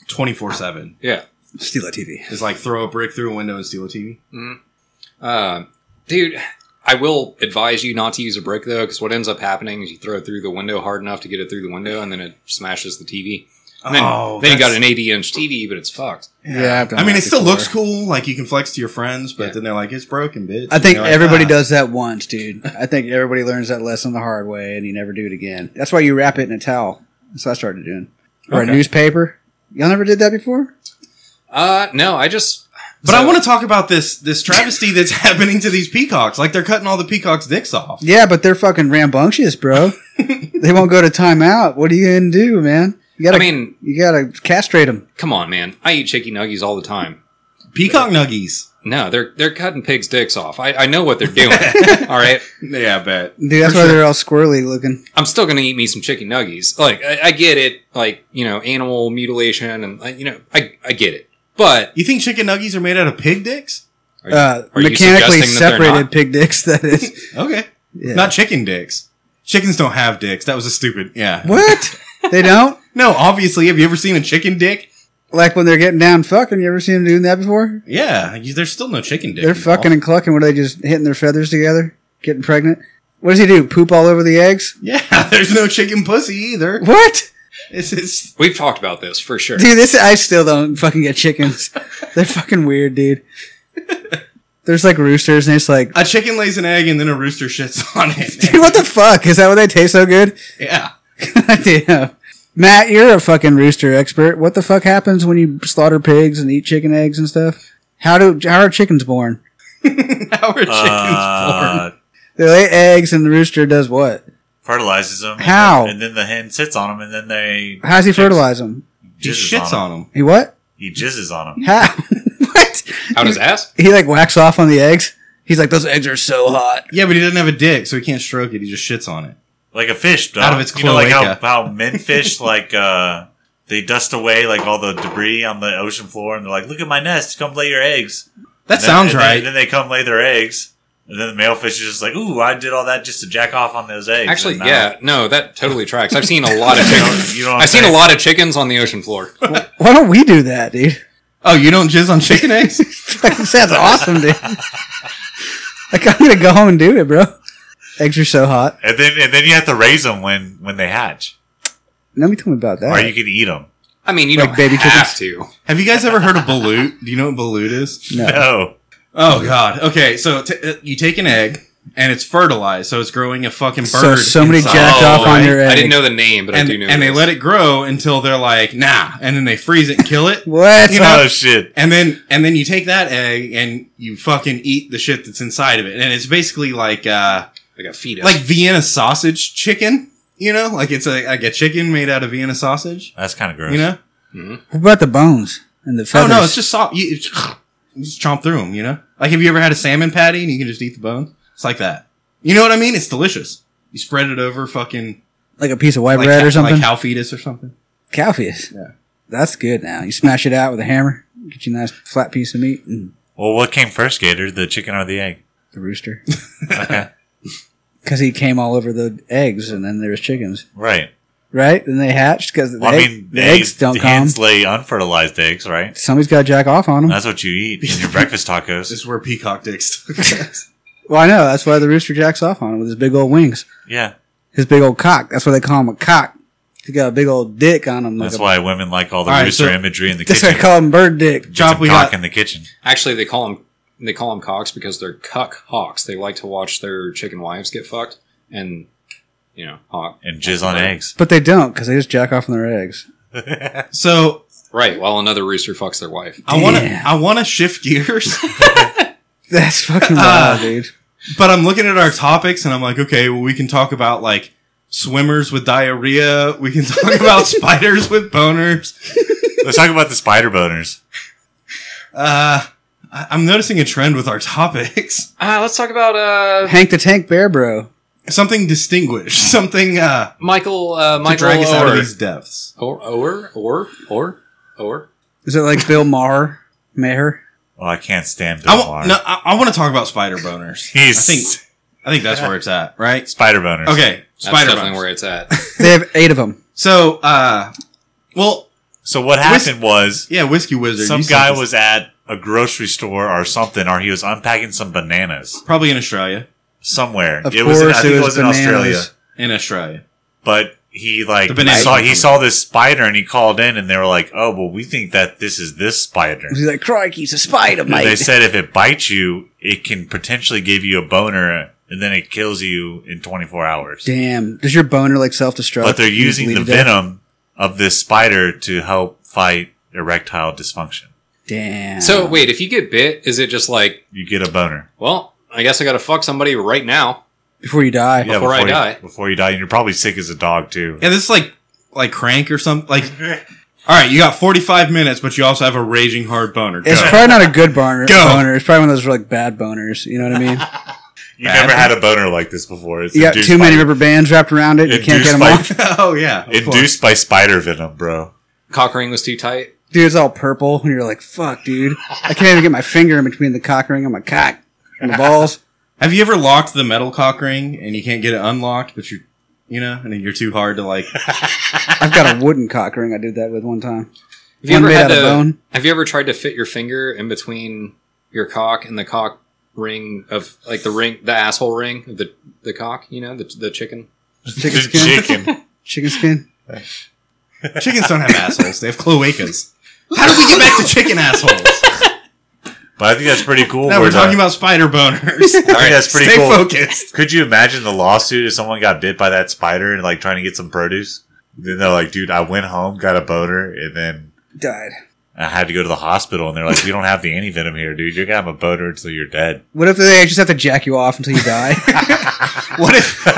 24 7 yeah. Steal a TV. is like throw a brick through a window and steal a TV. Uh, dude, I will advise you not to use a brick though, because what ends up happening is you throw it through the window hard enough to get it through the window, and then it smashes the TV. And then, then you got Oh, that's- an 80 inch TV, but it's fucked. Yeah, I've done I mean, that it still before. looks cool. Like you can flex to your friends, but Yeah. then they're like, it's broken, bitch. I And think you're like, everybody uh, "Ah." does that once, dude. I think everybody learns that lesson the hard way, and you never do it again. That's why you wrap it in a towel. That's what I started doing, or Okay. a newspaper. Y'all never did that before. Uh, no, I just. But I want to talk about this this travesty that's happening to these peacocks. Like they're cutting all the peacocks' dicks off. Yeah, but they're fucking rambunctious, bro. <laughs> they won't go to timeout. What are you gonna do, man? You I gotta, mean, you gotta castrate them. come on, man. I eat shaky nuggies all the time. Peacock nuggies. No, they're they're cutting pigs' dicks off. I, I know what they're <laughs> doing. all right, Yeah, I bet. Dude, that's why they're all squirrely looking. I'm still gonna eat me some chicken nuggies. Like I, I get it, like you know, animal mutilation, and like, you know, I I get it. But You think chicken nuggies are made out of pig dicks? are you- Uh, are you suggesting mechanically that they're separated not? pig dicks. That is. <laughs> Okay. Yeah. Not chicken dicks. Chickens don't have dicks. That was a stupid. Yeah. what? they don't. No, obviously. Have you ever seen a chicken dick? Like when they're getting down fucking. You ever seen them doing that before? Yeah. you- There's still no chicken dick. They're involved. fucking and clucking. What are they just hitting their feathers together, getting pregnant? What does he do? Poop all over the eggs? <laughs> Yeah. There's no chicken pussy either. What? It's just. We've talked about this for sure. Dude, this I still don't fucking get chickens. They're fucking weird, dude. There's like roosters, and it's like, <laughs> A chicken lays an egg and then a rooster shits on it. dude, <laughs> what the fuck? Is that why they taste so good? <laughs> yeah. <laughs> Damn. Matt, you're a fucking rooster expert. What the fuck happens when you slaughter pigs and eat chicken eggs and stuff? How do how are chickens born? How are chickens born? Uh, They lay eggs, and the rooster does what? fertilizes them. and How? then- And then, the hen sits on them, and then they How does he Chicks. fertilize them? He jizzes shits on on 'em. them. He what? He jizzes on them. How? <laughs> what? Out his ass. he like whacks off on the eggs. He's like, those eggs are so hot. Yeah, but he doesn't have a dick, so he can't stroke it. He just shits on it. Like a fish, dog. Out of its you know, like how, cloaca. how <laughs> men fish, like, uh, they dust away, like, all the debris on the ocean floor, and they're like, look at my nest, come lay your eggs. That And then- sounds and then- right. then they come lay their eggs, and then the male fish is just like, ooh, I did all that just to jack off on those eggs. Actually, And, uh, yeah, no, that totally tracks. I've seen a lot <laughs> of You know, chickens. you know what I'm I've seen a saying? lot of chickens on the ocean floor. Why don't we do that, dude? <laughs> oh, you don't jizz on chicken eggs? <laughs> Sounds awesome, dude. <laughs> like I'm gonna go home and do it, bro. Eggs are so hot. And then, and then you have to raise them when, when they hatch, Let me tell me about that. or you can <laughs> eat them. I mean, you Like don't baby have to. Have you guys ever heard of balut? Do you know what balut is? no. No. Oh God. Okay, so t- uh, you take an egg and it's fertilized, so it's growing a fucking bird. So somebody inside. jacked Oh, off on right. your egg. I didn't know the name, but and, I do know. and they this. let it grow until they're like, nah, and then they freeze it, and kill it, <laughs> What? You <laughs> know- oh, shit. and then and then you take that egg and you fucking eat the shit that's inside of it, and it's basically like uh like a fetus. like Vienna sausage chicken. You know, like it's a, like a chicken made out of Vienna sausage. That's kind of gross. You know? What about the bones and the Oh feathers? no, it's just soft. You, it's, <sighs> you just chomp through them, you know. Like, have you ever had a salmon patty and you can just eat the bones? It's like that. You know what I mean? It's delicious. You spread it over fucking like a piece of white like, bread cow- or something. like cow fetus or something. cow fetus. Yeah. That's good. Now you smash it out with a hammer. Get you a nice flat piece of meat and Well, what came first, Gator? The chicken or the egg? the rooster. Okay. <laughs> Because he came all over the eggs, and then there was chickens. right. right? Then they hatched because the, Well, I egg- mean, the eggs, eggs don't come. hens lay unfertilized eggs, right? Somebody's got to jack off on them. That's what you eat <laughs> in your breakfast This tacos. is where peacock dicks. <laughs> Well, I know. That's why the rooster jacks off on him with his big old wings, Yeah, his big old cock. That's why they call him a cock. He got a big old dick on him. Like that's a, why women like all the All right, rooster so- <laughs> imagery in <laughs> the that's why they kitchen. call him bird dick. Get some Chop, we cock got- in the kitchen. Actually, they call them they call them cocks because they're cuck hawks. They like to watch their chicken wives get fucked and you know hawk and <laughs> jizz on eggs. But they don't because they just jack off on their eggs. <laughs> so right while another rooster fucks their wife. I want to Damn. I want to shift gears, <laughs> That's <laughs> fucking Ah. wild, dude. but I'm looking at our topics and I'm like, okay, well, we can talk about like swimmers with diarrhea. We can talk <laughs> about spiders with boners. Let's talk about the spider boners. Uh, I- I'm noticing a trend with our topics. <laughs> Uh, let's talk about uh, Hank the Tank Bear, bro. Something distinguished. Something uh, Michael uh, to Michael drag us out of Oher. these depths. Or or or or or. Is it like Bill Maher? Maher? Oh, I can't stand Bill I Maher. want no. I, I want to talk about spider boners. He's I think I think that's where it's at. Right. spider boners. Okay. That's Spider definitely boners. where it's at. <laughs> They have eight of them. So, uh, well, So what Whis- happened was yeah, whiskey wizard. some you guy sent this- was at a grocery store or something, or he was unpacking some bananas probably in Australia. somewhere. Of it course, was. In, I think it it was was in bananas. Australia, In Australia. but. He like The bananas saw come he from- saw this spider and he called in and they were like, oh well, we think that this is this spider. He's like, crikey, it's a spider, And They mate. said if it bites you, it can potentially give you a boner and then it kills you in 24 hours. Damn. Does your boner like self destruct? but they're using the venom of this spider to help fight erectile dysfunction. Damn. so wait, if you get bit, is it just like You get a boner well? I guess I got to fuck somebody right now. before you die. Before I you, die. Before you die, and you're probably sick as a dog too. Yeah, this is like like crank or something. Like, all right, you got 45 minutes, but you also have a raging hard boner. Go. It's <laughs> probably not a good boner. Go. boner. It's probably one of those like bad boners. You know what <laughs> I mean? You never had a boner like this before. It's You got induced too many by, rubber bands wrapped around it. You can't induced get them by- off. oh yeah, of course. <laughs> Induced by spider venom, bro. Cock ring was too tight. Dude, it's all purple. And you're like, fuck, dude. I can't even get my finger in between the cock ring and my cock and the balls. Have you ever locked the metal cock ring and you can't get it unlocked, but you you know, and you're too hard to like. I've got a wooden cock ring I did that with one time. Have you One ever made had out of to? bone? Have you ever tried to fit your finger in between your cock and the cock ring of like the ring, the asshole ring of the the cock? You know, the the chicken. <laughs> Chicken Just skin? <laughs> chicken. Chicken skin? Chickens don't have assholes; they have cloacas. How did we get back to chicken assholes? But I think that's pretty cool. now we're We're talking done. about spider <laughs> boners. I think that's pretty Stay cool. focused. Could you imagine the lawsuit if someone got bit by that spider and like trying to get some produce? Then they're like, dude, I went home, got a boner, and then Died. I had to go to the hospital. And they're like, we don't have the anti venom here, dude. You're gonna have a boner until you're dead. What if they just have to jack you off until you <laughs> die? <laughs> What if <laughs> what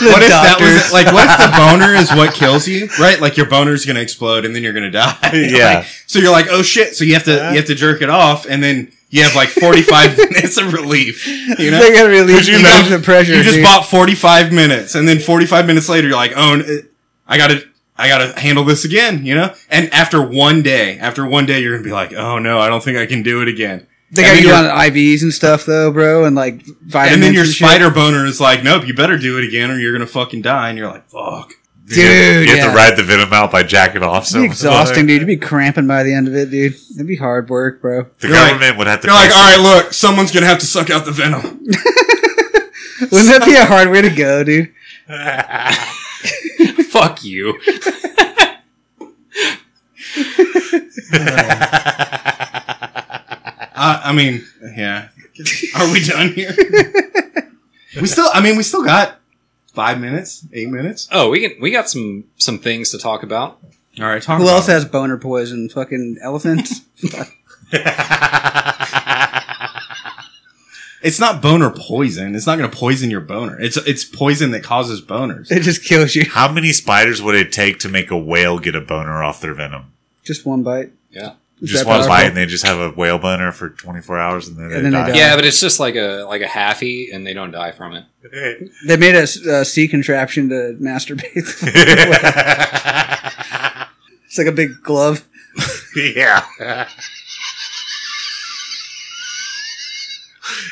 what if that was like what if the boner is what kills you right like your boner's gonna explode and then you're gonna die <laughs> Yeah. Uh-huh. Like, so you're like oh shit so you have to you have to jerk it off and then you have like <laughs> 45 minutes of relief you know They gotta relieve Could you relieve imagine- the pressure. you just dude. bought 45 minutes and then 45 minutes later you're like oh n- i gotta i gotta handle this again you know and after one day after one day you're gonna be like oh no i don't think i can do it again They and got then you on your- IVs and stuff though, bro, and like vitamins. and then your shit. spider boner is like nope you better do it again or you're gonna fucking die and you're like fuck you Dude, have, you have yeah. to ride the venom out by jacking off. It'd So be exhausting, dude. You'd be cramping by the end of it, dude. It'd be hard work, <laughs> bro. The You're like- government would have to. You're like, pay all right, look, someone's gonna have to suck out the venom. Wouldn't that be a hard way to go, dude? Fuck you. Uh, I mean, <laughs> yeah. Are we done here? <laughs> we still, I mean, we still got five minutes, eight minutes. Oh, we can we got some some things to talk about. All right, talk. Who about else it. has boner poison? Fucking <laughs> elephants. It's not boner poison. It's not gonna poison your boner. It's it's poison that causes boners. <laughs> it just kills you. <laughs> How many spiders would it take to make a whale get a boner off their venom? Just one bite. Yeah. Is just that one powerful? bite, and they just have a whale boner for 24 hours, and then they And then they die. die. Yeah, but it's just like a like a halfie, and they don't die from it. They made a s- uh, sea contraption to <laughs> masturbate. <laughs> it's like a big glove. yeah. <laughs>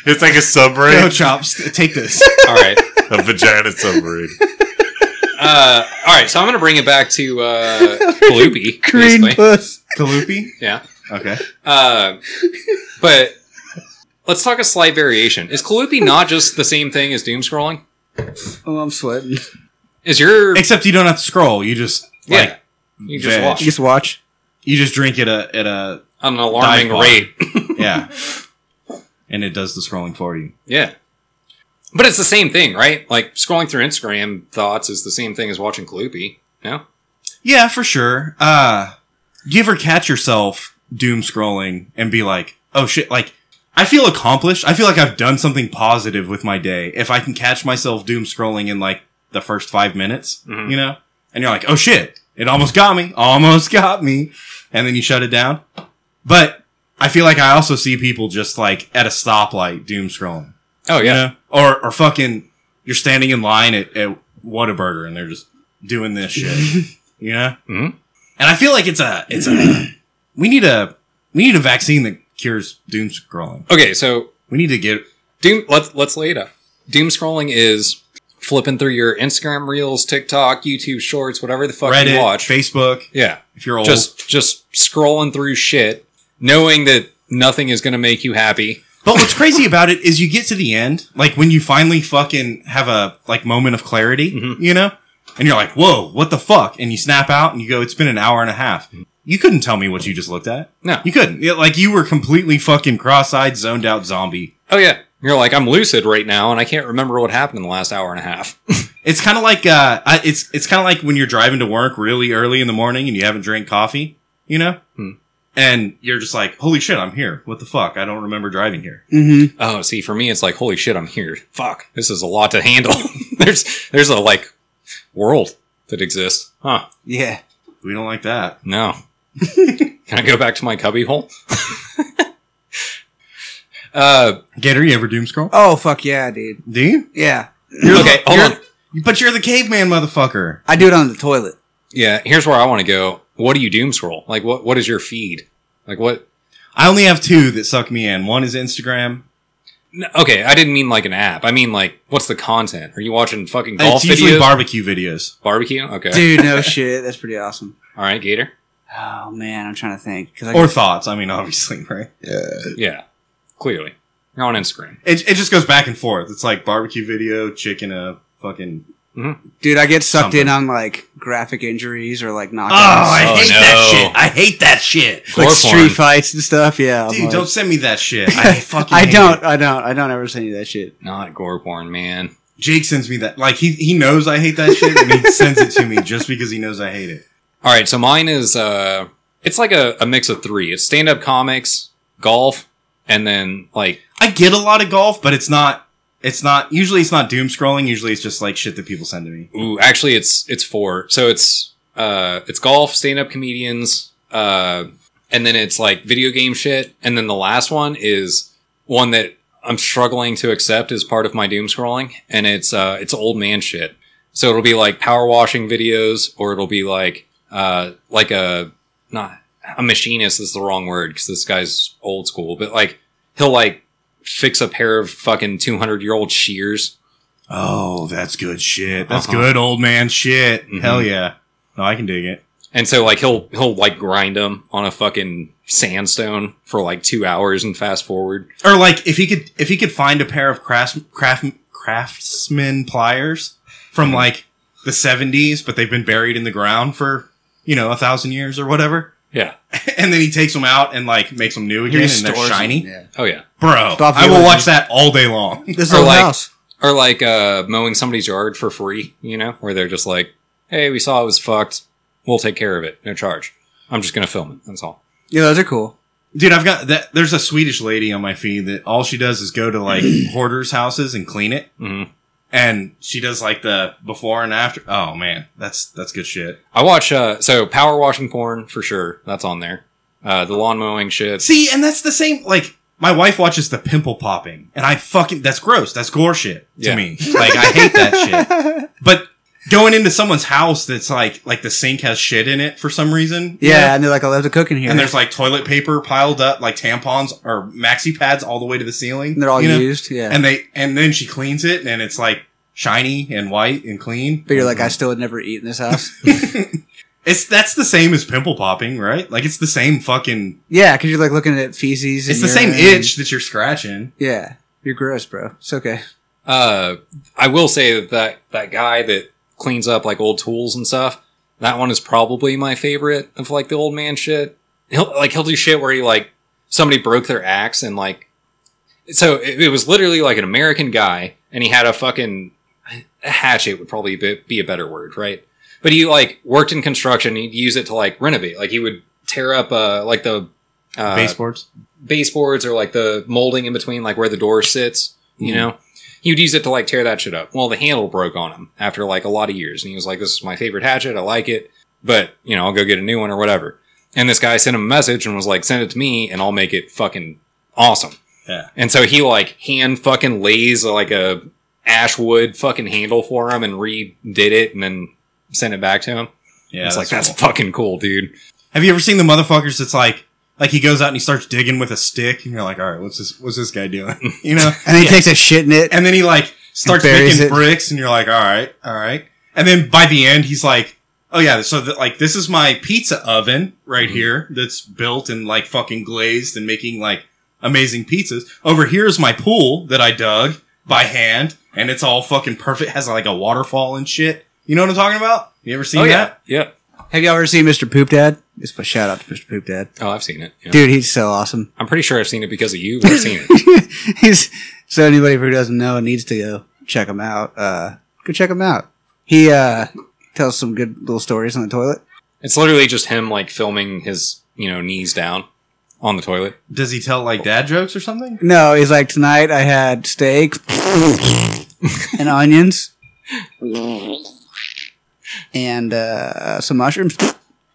It's <laughs> like a submarine, <laughs> Go chops, take this. All right. a vagina submarine. Uh, all right, so I'm going to bring it back to uh, Gloopy, Green basically. puss. Kalupi? Yeah. Okay. Uh, but let's talk a slight variation. Is Kalupi not just the same thing as doom scrolling? <laughs> Oh, I'm sweating. Is your Except you don't have to scroll. You just yeah? like you just veg. watch Just watch. you just drink at a at a on an alarming dive bar. rate. <clears throat> yeah, and it does the scrolling for you. Yeah. But it's the same thing, right? Like scrolling through Instagram thoughts is the same thing as watching Kalupi. No? Yeah, for sure. Uh do you ever catch yourself doom scrolling and be like, oh shit, like I feel accomplished. I feel like I've done something positive with my day. If I can catch myself doom scrolling in like the first five minutes, Mhm. you know? And you're like, oh shit, it almost got me. Almost got me. And then you shut it down. But I feel like I also see people just like at a stoplight doom scrolling Oh yeah. know? Or or fucking you're standing in line at, at Whataburger and they're just doing <laughs> this shit. you know? Mhm. And I feel like it's a it's a <clears throat> we need a we need a vaccine that cures doom scrolling. Okay, so We need to get doom let's let's lay it out. Doom scrolling is flipping through your Instagram reels, TikTok, YouTube shorts, whatever the fuck you Reddit, watch. Facebook, yeah. if you're old. Just just scrolling through shit, knowing that nothing is gonna make you happy. but what's crazy about it is you get to the end, like when you finally fucking have a like moment of clarity, Mm-hmm. you know? And you're like, whoa, what the fuck? And you snap out and you go, it's been an hour and a half. You couldn't tell me what you just looked at. Mm-hmm. No. You couldn't. Yeah, like you were completely fucking cross-eyed, zoned out zombie. Oh yeah. You're like, I'm lucid right now and I can't remember what happened in the last hour and a half. It's kind of like uh, I- it's it's kind of like when you're driving to work really early in the morning and you haven't drank coffee, you know, Hmm. and you're just like, holy shit, I'm here. What the fuck? I don't remember driving here. Mm-hmm. Oh, see, for me, it's like, holy shit, I'm here. Fuck, this is a lot to handle. <laughs> there's there's a like world that exists. Huh? Yeah. We don't like that. <laughs> No. Can I go back to my cubbyhole? <laughs> uh, Gator, you ever doom scroll? Oh fuck yeah, dude. Do you? Yeah. okay, hold on. <clears throat> you're- But you're the caveman, motherfucker. I do it on the toilet. Yeah, here's where I want to go. What do you doom scroll? Like, what what is your feed? Like, what? I only have two that suck me in. One is Instagram. No, okay, I didn't mean like an app. I mean like, what's the content? Are you watching fucking golf it's usually videos? barbecue videos. Barbecue? Okay. Dude, <laughs> no shit. That's pretty awesome. All right, Gator. Oh man, I'm trying to think. 'cause I Or thoughts. I mean, <laughs> obviously, right? Yeah, clearly. You're on Instagram. It, it just goes back and forth. It's like barbecue video, chicken, a fucking. dude, I get sucked Something. in on like graphic injuries or like knockouts, Oh, no. I hate that shit. like Chloroform. street fights and stuff. Yeah. I'm Dude, like- don't send me that shit. I fucking. I hate don't. it. I don't. I don't ever send you that shit. Not gore porn, man. Jake sends me that. Like he he knows I hate that shit, and he sends it to me just because he knows I hate it. All right, so mine is uh, it's like a, a mix of three. It's stand up comics, golf, and then like I get a lot of golf, but it's not. It's not. Usually, it's not doom scrolling. Usually, it's just like shit that people send to me. ooh, actually it's it's four. So it's uh, it's golf, stand up comedians, uh, and then it's like video game shit, and then the last one is one that I'm struggling to accept as part of my doom scrolling, and it's uh, it's old man shit. So it'll be like power washing videos, or it'll be like uh, like a not a machinist is the wrong word because this guy's old school, but like he'll like fix a pair of fucking 200 year old shears. Oh, that's good shit. That's Uh-huh. good old man shit. Mm-hmm. Mhm. Hell yeah. No, I can dig it. And so like he'll he'll like grind them on a fucking sandstone for like two hours and fast forward. Or like if he could if he could find a pair of craft, craft craftsman pliers Mm-hmm. from like the 70s, but they've been buried in the ground for you know a thousand years or whatever, <laughs> Yeah. and then he takes them out and like makes them new again, and they're shiny, Yeah. Oh yeah. bro. Stop I will viewing. watch that all day long. <laughs> This Or old like- house. Or like uh mowing somebody's yard for free, you know, where they're just like, Hey, we saw it was fucked. We'll take care of it. No charge. I'm just gonna film it. That's all. Yeah, those are cool. Dude, I've got that. There's a Swedish lady on my feed that all she does is go to like <clears throat> hoarders' houses and clean it, hmm and she does like the before and after. Oh man, that's that's good shit. I watch uh so power washing porn for sure. That's on there. Uh the lawn mowing shit. See, and that's the same. Like my wife watches the pimple popping, and I fucking that's gross. That's gore shit to Yeah. me. Like I hate <laughs> that shit. But going into someone's house that's like like the sink has shit in it for some reason. you Yeah, know? and they're like, I love to cook in here. And there's like toilet paper piled up, like tampons or maxi pads all the way to the ceiling. And they're all you know? used. Yeah. And they and then she cleans it, and it's like shiny and white and clean. But you're like, I still would never eat in this house. <laughs> <laughs> It's that's the same as pimple popping, right? Like it's the same fucking. yeah, because you're like looking at feces. It's and the same urine. itch that you're scratching. Yeah, you're gross, bro. It's okay. Uh, I will say that, that that guy that cleans up like old tools and stuff, that one is probably my favorite of like the old man shit. He'll like he'll do shit where he like somebody broke their axe and like so it, it was literally like an American guy and he had a fucking a hatchet would probably be, be a better word, right? But he like worked in construction. He'd use it to like renovate. Like he would tear up uh like the uh, Baseboards. baseboards or like the molding in between, like where the door sits, Mm-hmm. you know? He would use it to like tear that shit up. Well, the handle broke on him after like a lot of years. And he was like, this is my favorite hatchet. I like it, but you know, I'll go get a new one or whatever. And this guy sent him a message and was like, send it to me and I'll make it fucking awesome. Yeah. And so he like hand fucking lays like a ash wood fucking handle for him and redid it and then sent it back to him. Yeah, it's like, that's cool. fucking cool, dude. Have you ever seen the motherfuckers that's like, like he goes out and he starts digging with a stick, and you're like, all right, what's this? What's this guy doing? <laughs> You know? And he takes a shit in it. and then he like starts Buries making it. bricks, and you're like, all right, all right. And then by the end, he's like, oh yeah, so th- like this is my pizza oven right Mm-hmm. here that's built and like fucking glazed and making like amazing pizzas. Over here is my pool that I dug by hand, and it's all fucking perfect. Has like a waterfall and shit. You know what I'm talking about? You ever seen oh, that? yeah. Yeah. Have y'all ever seen Mr. Poop Dad? Just a shout out to Mr. Poop Dad. Oh, I've seen it. Yeah. Dude, he's so awesome. I'm pretty sure I've seen it because of you, but I've seen it. <laughs> he's so anybody who doesn't know and needs to go check him out. Uh, go check him out. He uh, tells some good little stories on the toilet. It's literally just him like filming his, you know, knees down on the toilet. Does he tell like dad jokes or something? No, he's like tonight I had steak <laughs> <laughs> and onions and uh, some mushrooms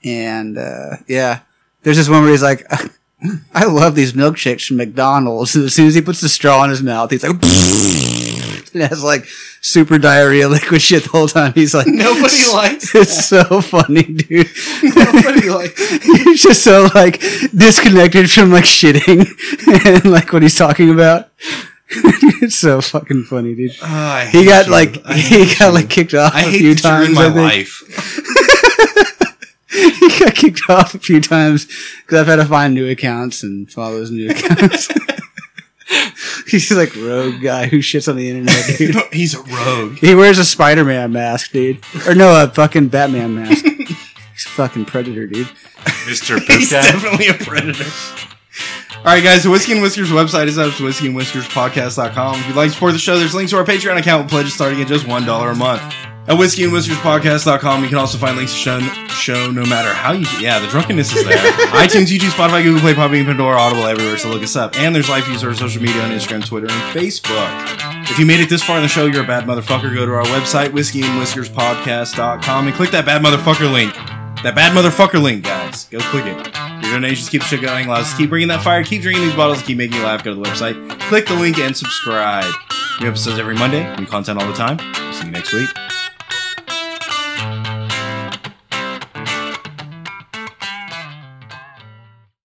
and uh, yeah. There's this one where he's like, <laughs> I love these milkshakes from McDonald's. And as soon as he puts the straw in his mouth, he's like, <laughs> and has like super diarrhea liquid shit the whole time. He's like, <laughs> Nobody likes It's so funny, dude. <laughs> Nobody likes. he's just so like disconnected from like shitting <laughs> and like what he's talking about. <laughs> it's so fucking funny, dude. Oh, I He hate got you. like I he hate got you. like kicked off I a hate few that you ruined times. my I think. life. <laughs> <laughs> he got kicked off a few times because I've had to find new accounts and follow his new accounts. <laughs> he's like rogue guy who shits on the internet, <laughs> dude. He's a rogue. He wears a Spider-Man mask, dude, or no, a fucking <laughs> Batman mask. He's a fucking predator, dude. Mr. <laughs> Poop He's Dad. definitely a predator. All right, guys, the Whiskey and Whiskers website is up to whiskeyandwhiskerspodcast.com. If you'd like to support the show, there's links to our Patreon account with pledges starting at just $1 a month. At whiskeyandwhiskerspodcast.com, you can also find links to show, show no matter how you... Yeah, the drunkenness is there. iTunes, YouTube, Spotify, Google Play, Podbean, Pandora, Audible, everywhere, so look us up. And there's live user social media on Instagram, Twitter, and Facebook. If you made it this far in the show, you're a bad motherfucker. Go to our website, whiskeyandwhiskerspodcast.com, and click that bad motherfucker link. That bad motherfucker link, guys. Go click it. Your donations keep the shit going. Allows us to keep bringing that fire. Keep drinking these bottles. Keep making you laugh. Go to the website. Click the link and subscribe. New episodes every Monday. New content all the time. See you next week.